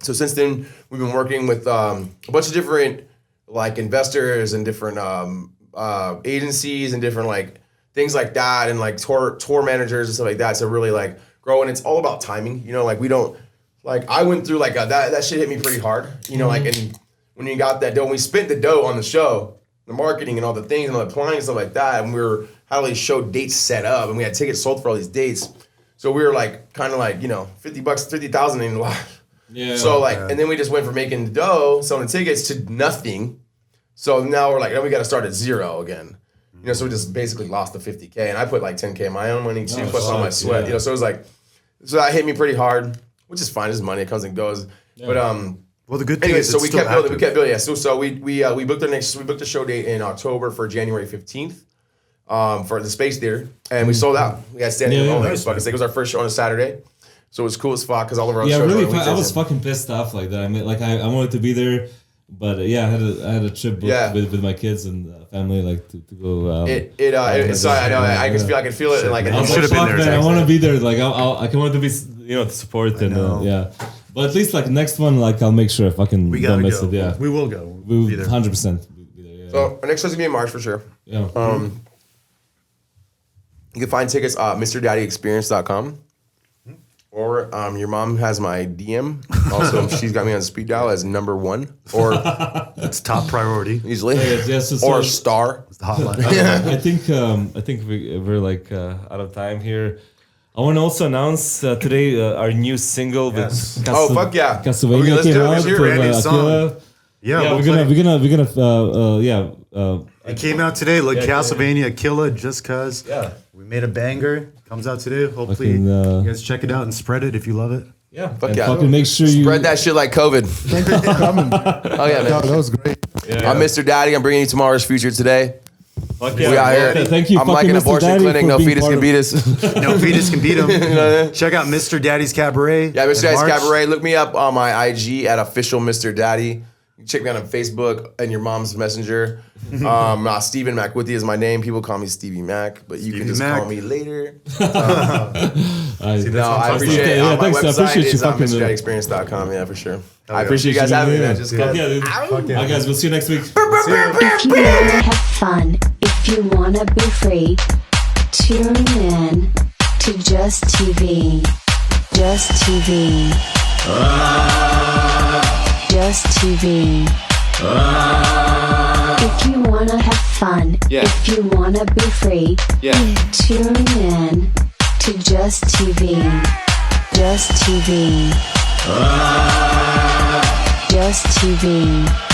so since then we've been working with um, a bunch of different like investors and different um, uh, agencies and different like things like that and like tour tour managers and stuff like that. So really like grow and it's all about timing. You know, like we don't like I went through like a, that that shit hit me pretty hard. You know, like and when you got that dough, we spent the dough on the show, the marketing and all the things and all the planning and stuff like that. And we were had all these show dates set up and we had tickets sold for all these dates. So we were like kind of like, you know, 50 bucks, 50,000 in life. Yeah. So like, and then we just went from making dough, selling tickets to nothing. So now we're like, now we got to start at zero again. You know, so we just basically lost the 50k, and I put like 10k of my own money too, plus all my sucks, sweat. yeah. You know, so it was like, so that hit me pretty hard, which is fine. It's money, it comes and goes. But um, well, the good thing anyway, is so it's we still kept building, we active. kept building. Yeah, so so we we uh, we booked our next, we booked the show date in October for January 15th. Um, for the Space Theater, and we sold out. We had standing Yeah, room yeah, only. nice, fucking sick. It was our first show on a Saturday, so it was cool as fuck because all of our other yeah, shows really. were on fu- I weekdays. was fucking pissed off like that. I mean, like I, I wanted to be there, but uh, yeah, I had a, I had a trip booked Yeah. with, with my kids and uh, family, like to, to go. Um, It it uh, it, sorry, I know I, I can feel I can feel it like I was Should've like, been fuck, there, man, I Jackson. want to be there. Like, I'll, I'll, I can want to be, s- you know, to support and uh, know. yeah. But at least like next one, like I'll make sure I fucking We don't gotta miss go. it. Yeah, We will go. we Be there. hundred percent. be there, Yeah. So our next show's gonna be in March for sure. yeah. Um, You can find tickets at MrDaddyExperience.com. Or um, your mom has my DM. Also, she's got me on speed dial as number one, or It's top priority. easily, yes, yes, so- or star. It's the hotline. I think um, I think we, we're like uh, out of time here. I want to also announce uh, today uh, our new single Yes. with Oh, fuck yeah. Okay, Castlevania let's came do it. out Let's hear it. with, Brand new uh, song. Akira. yeah, Yeah, we'll we're gonna, play. we're gonna we're gonna uh, uh, yeah uh, It came out today, like yeah, Castlevania Killa, just cause. Yeah. We made a banger. Comes out today. Hopefully, Fucking, uh, you guys check it out and spread it if you love it. yeah. Fuck and yeah. Fucking make sure you Spread that shit like COVID. Thank you for coming. Oh yeah, man. That, that was great. I'm Mr. Daddy. I'm bringing you tomorrow's future today. Fuck We out yeah. here. Okay, thank you, I'm like fucking an Mr. abortion Daddy, clinic. for No being fetus part can of- beat us. No fetus can beat him. Check out Mr. Daddy's Cabaret. Yeah, Mr. in Daddy's March. Cabaret. Look me up on my IG at official Mr. Daddy. Check me out on Facebook and your mom's messenger. Um, uh, Stephen Macwithy is my name. People call me Stevie Mac, but you Stevie can just Mac. call me later. I, See, No, that's no, what I'm I talking appreciate about. it. Yeah, on my thanks. I website, um, appreciate you it's on fucking- MrDaddyExperience.com. Yeah, for sure. I yeah. appreciate you guys having me. I just Fuck yeah, dude. Ow. Alright, guys, we'll see you next week. If you want to have fun, if you want to be free, tune in to Just TV. Just TV. Just TV. If you want to have fun, Yeah. if you want to be free, Yeah. tune in to Just TV. Just TV. Just TV.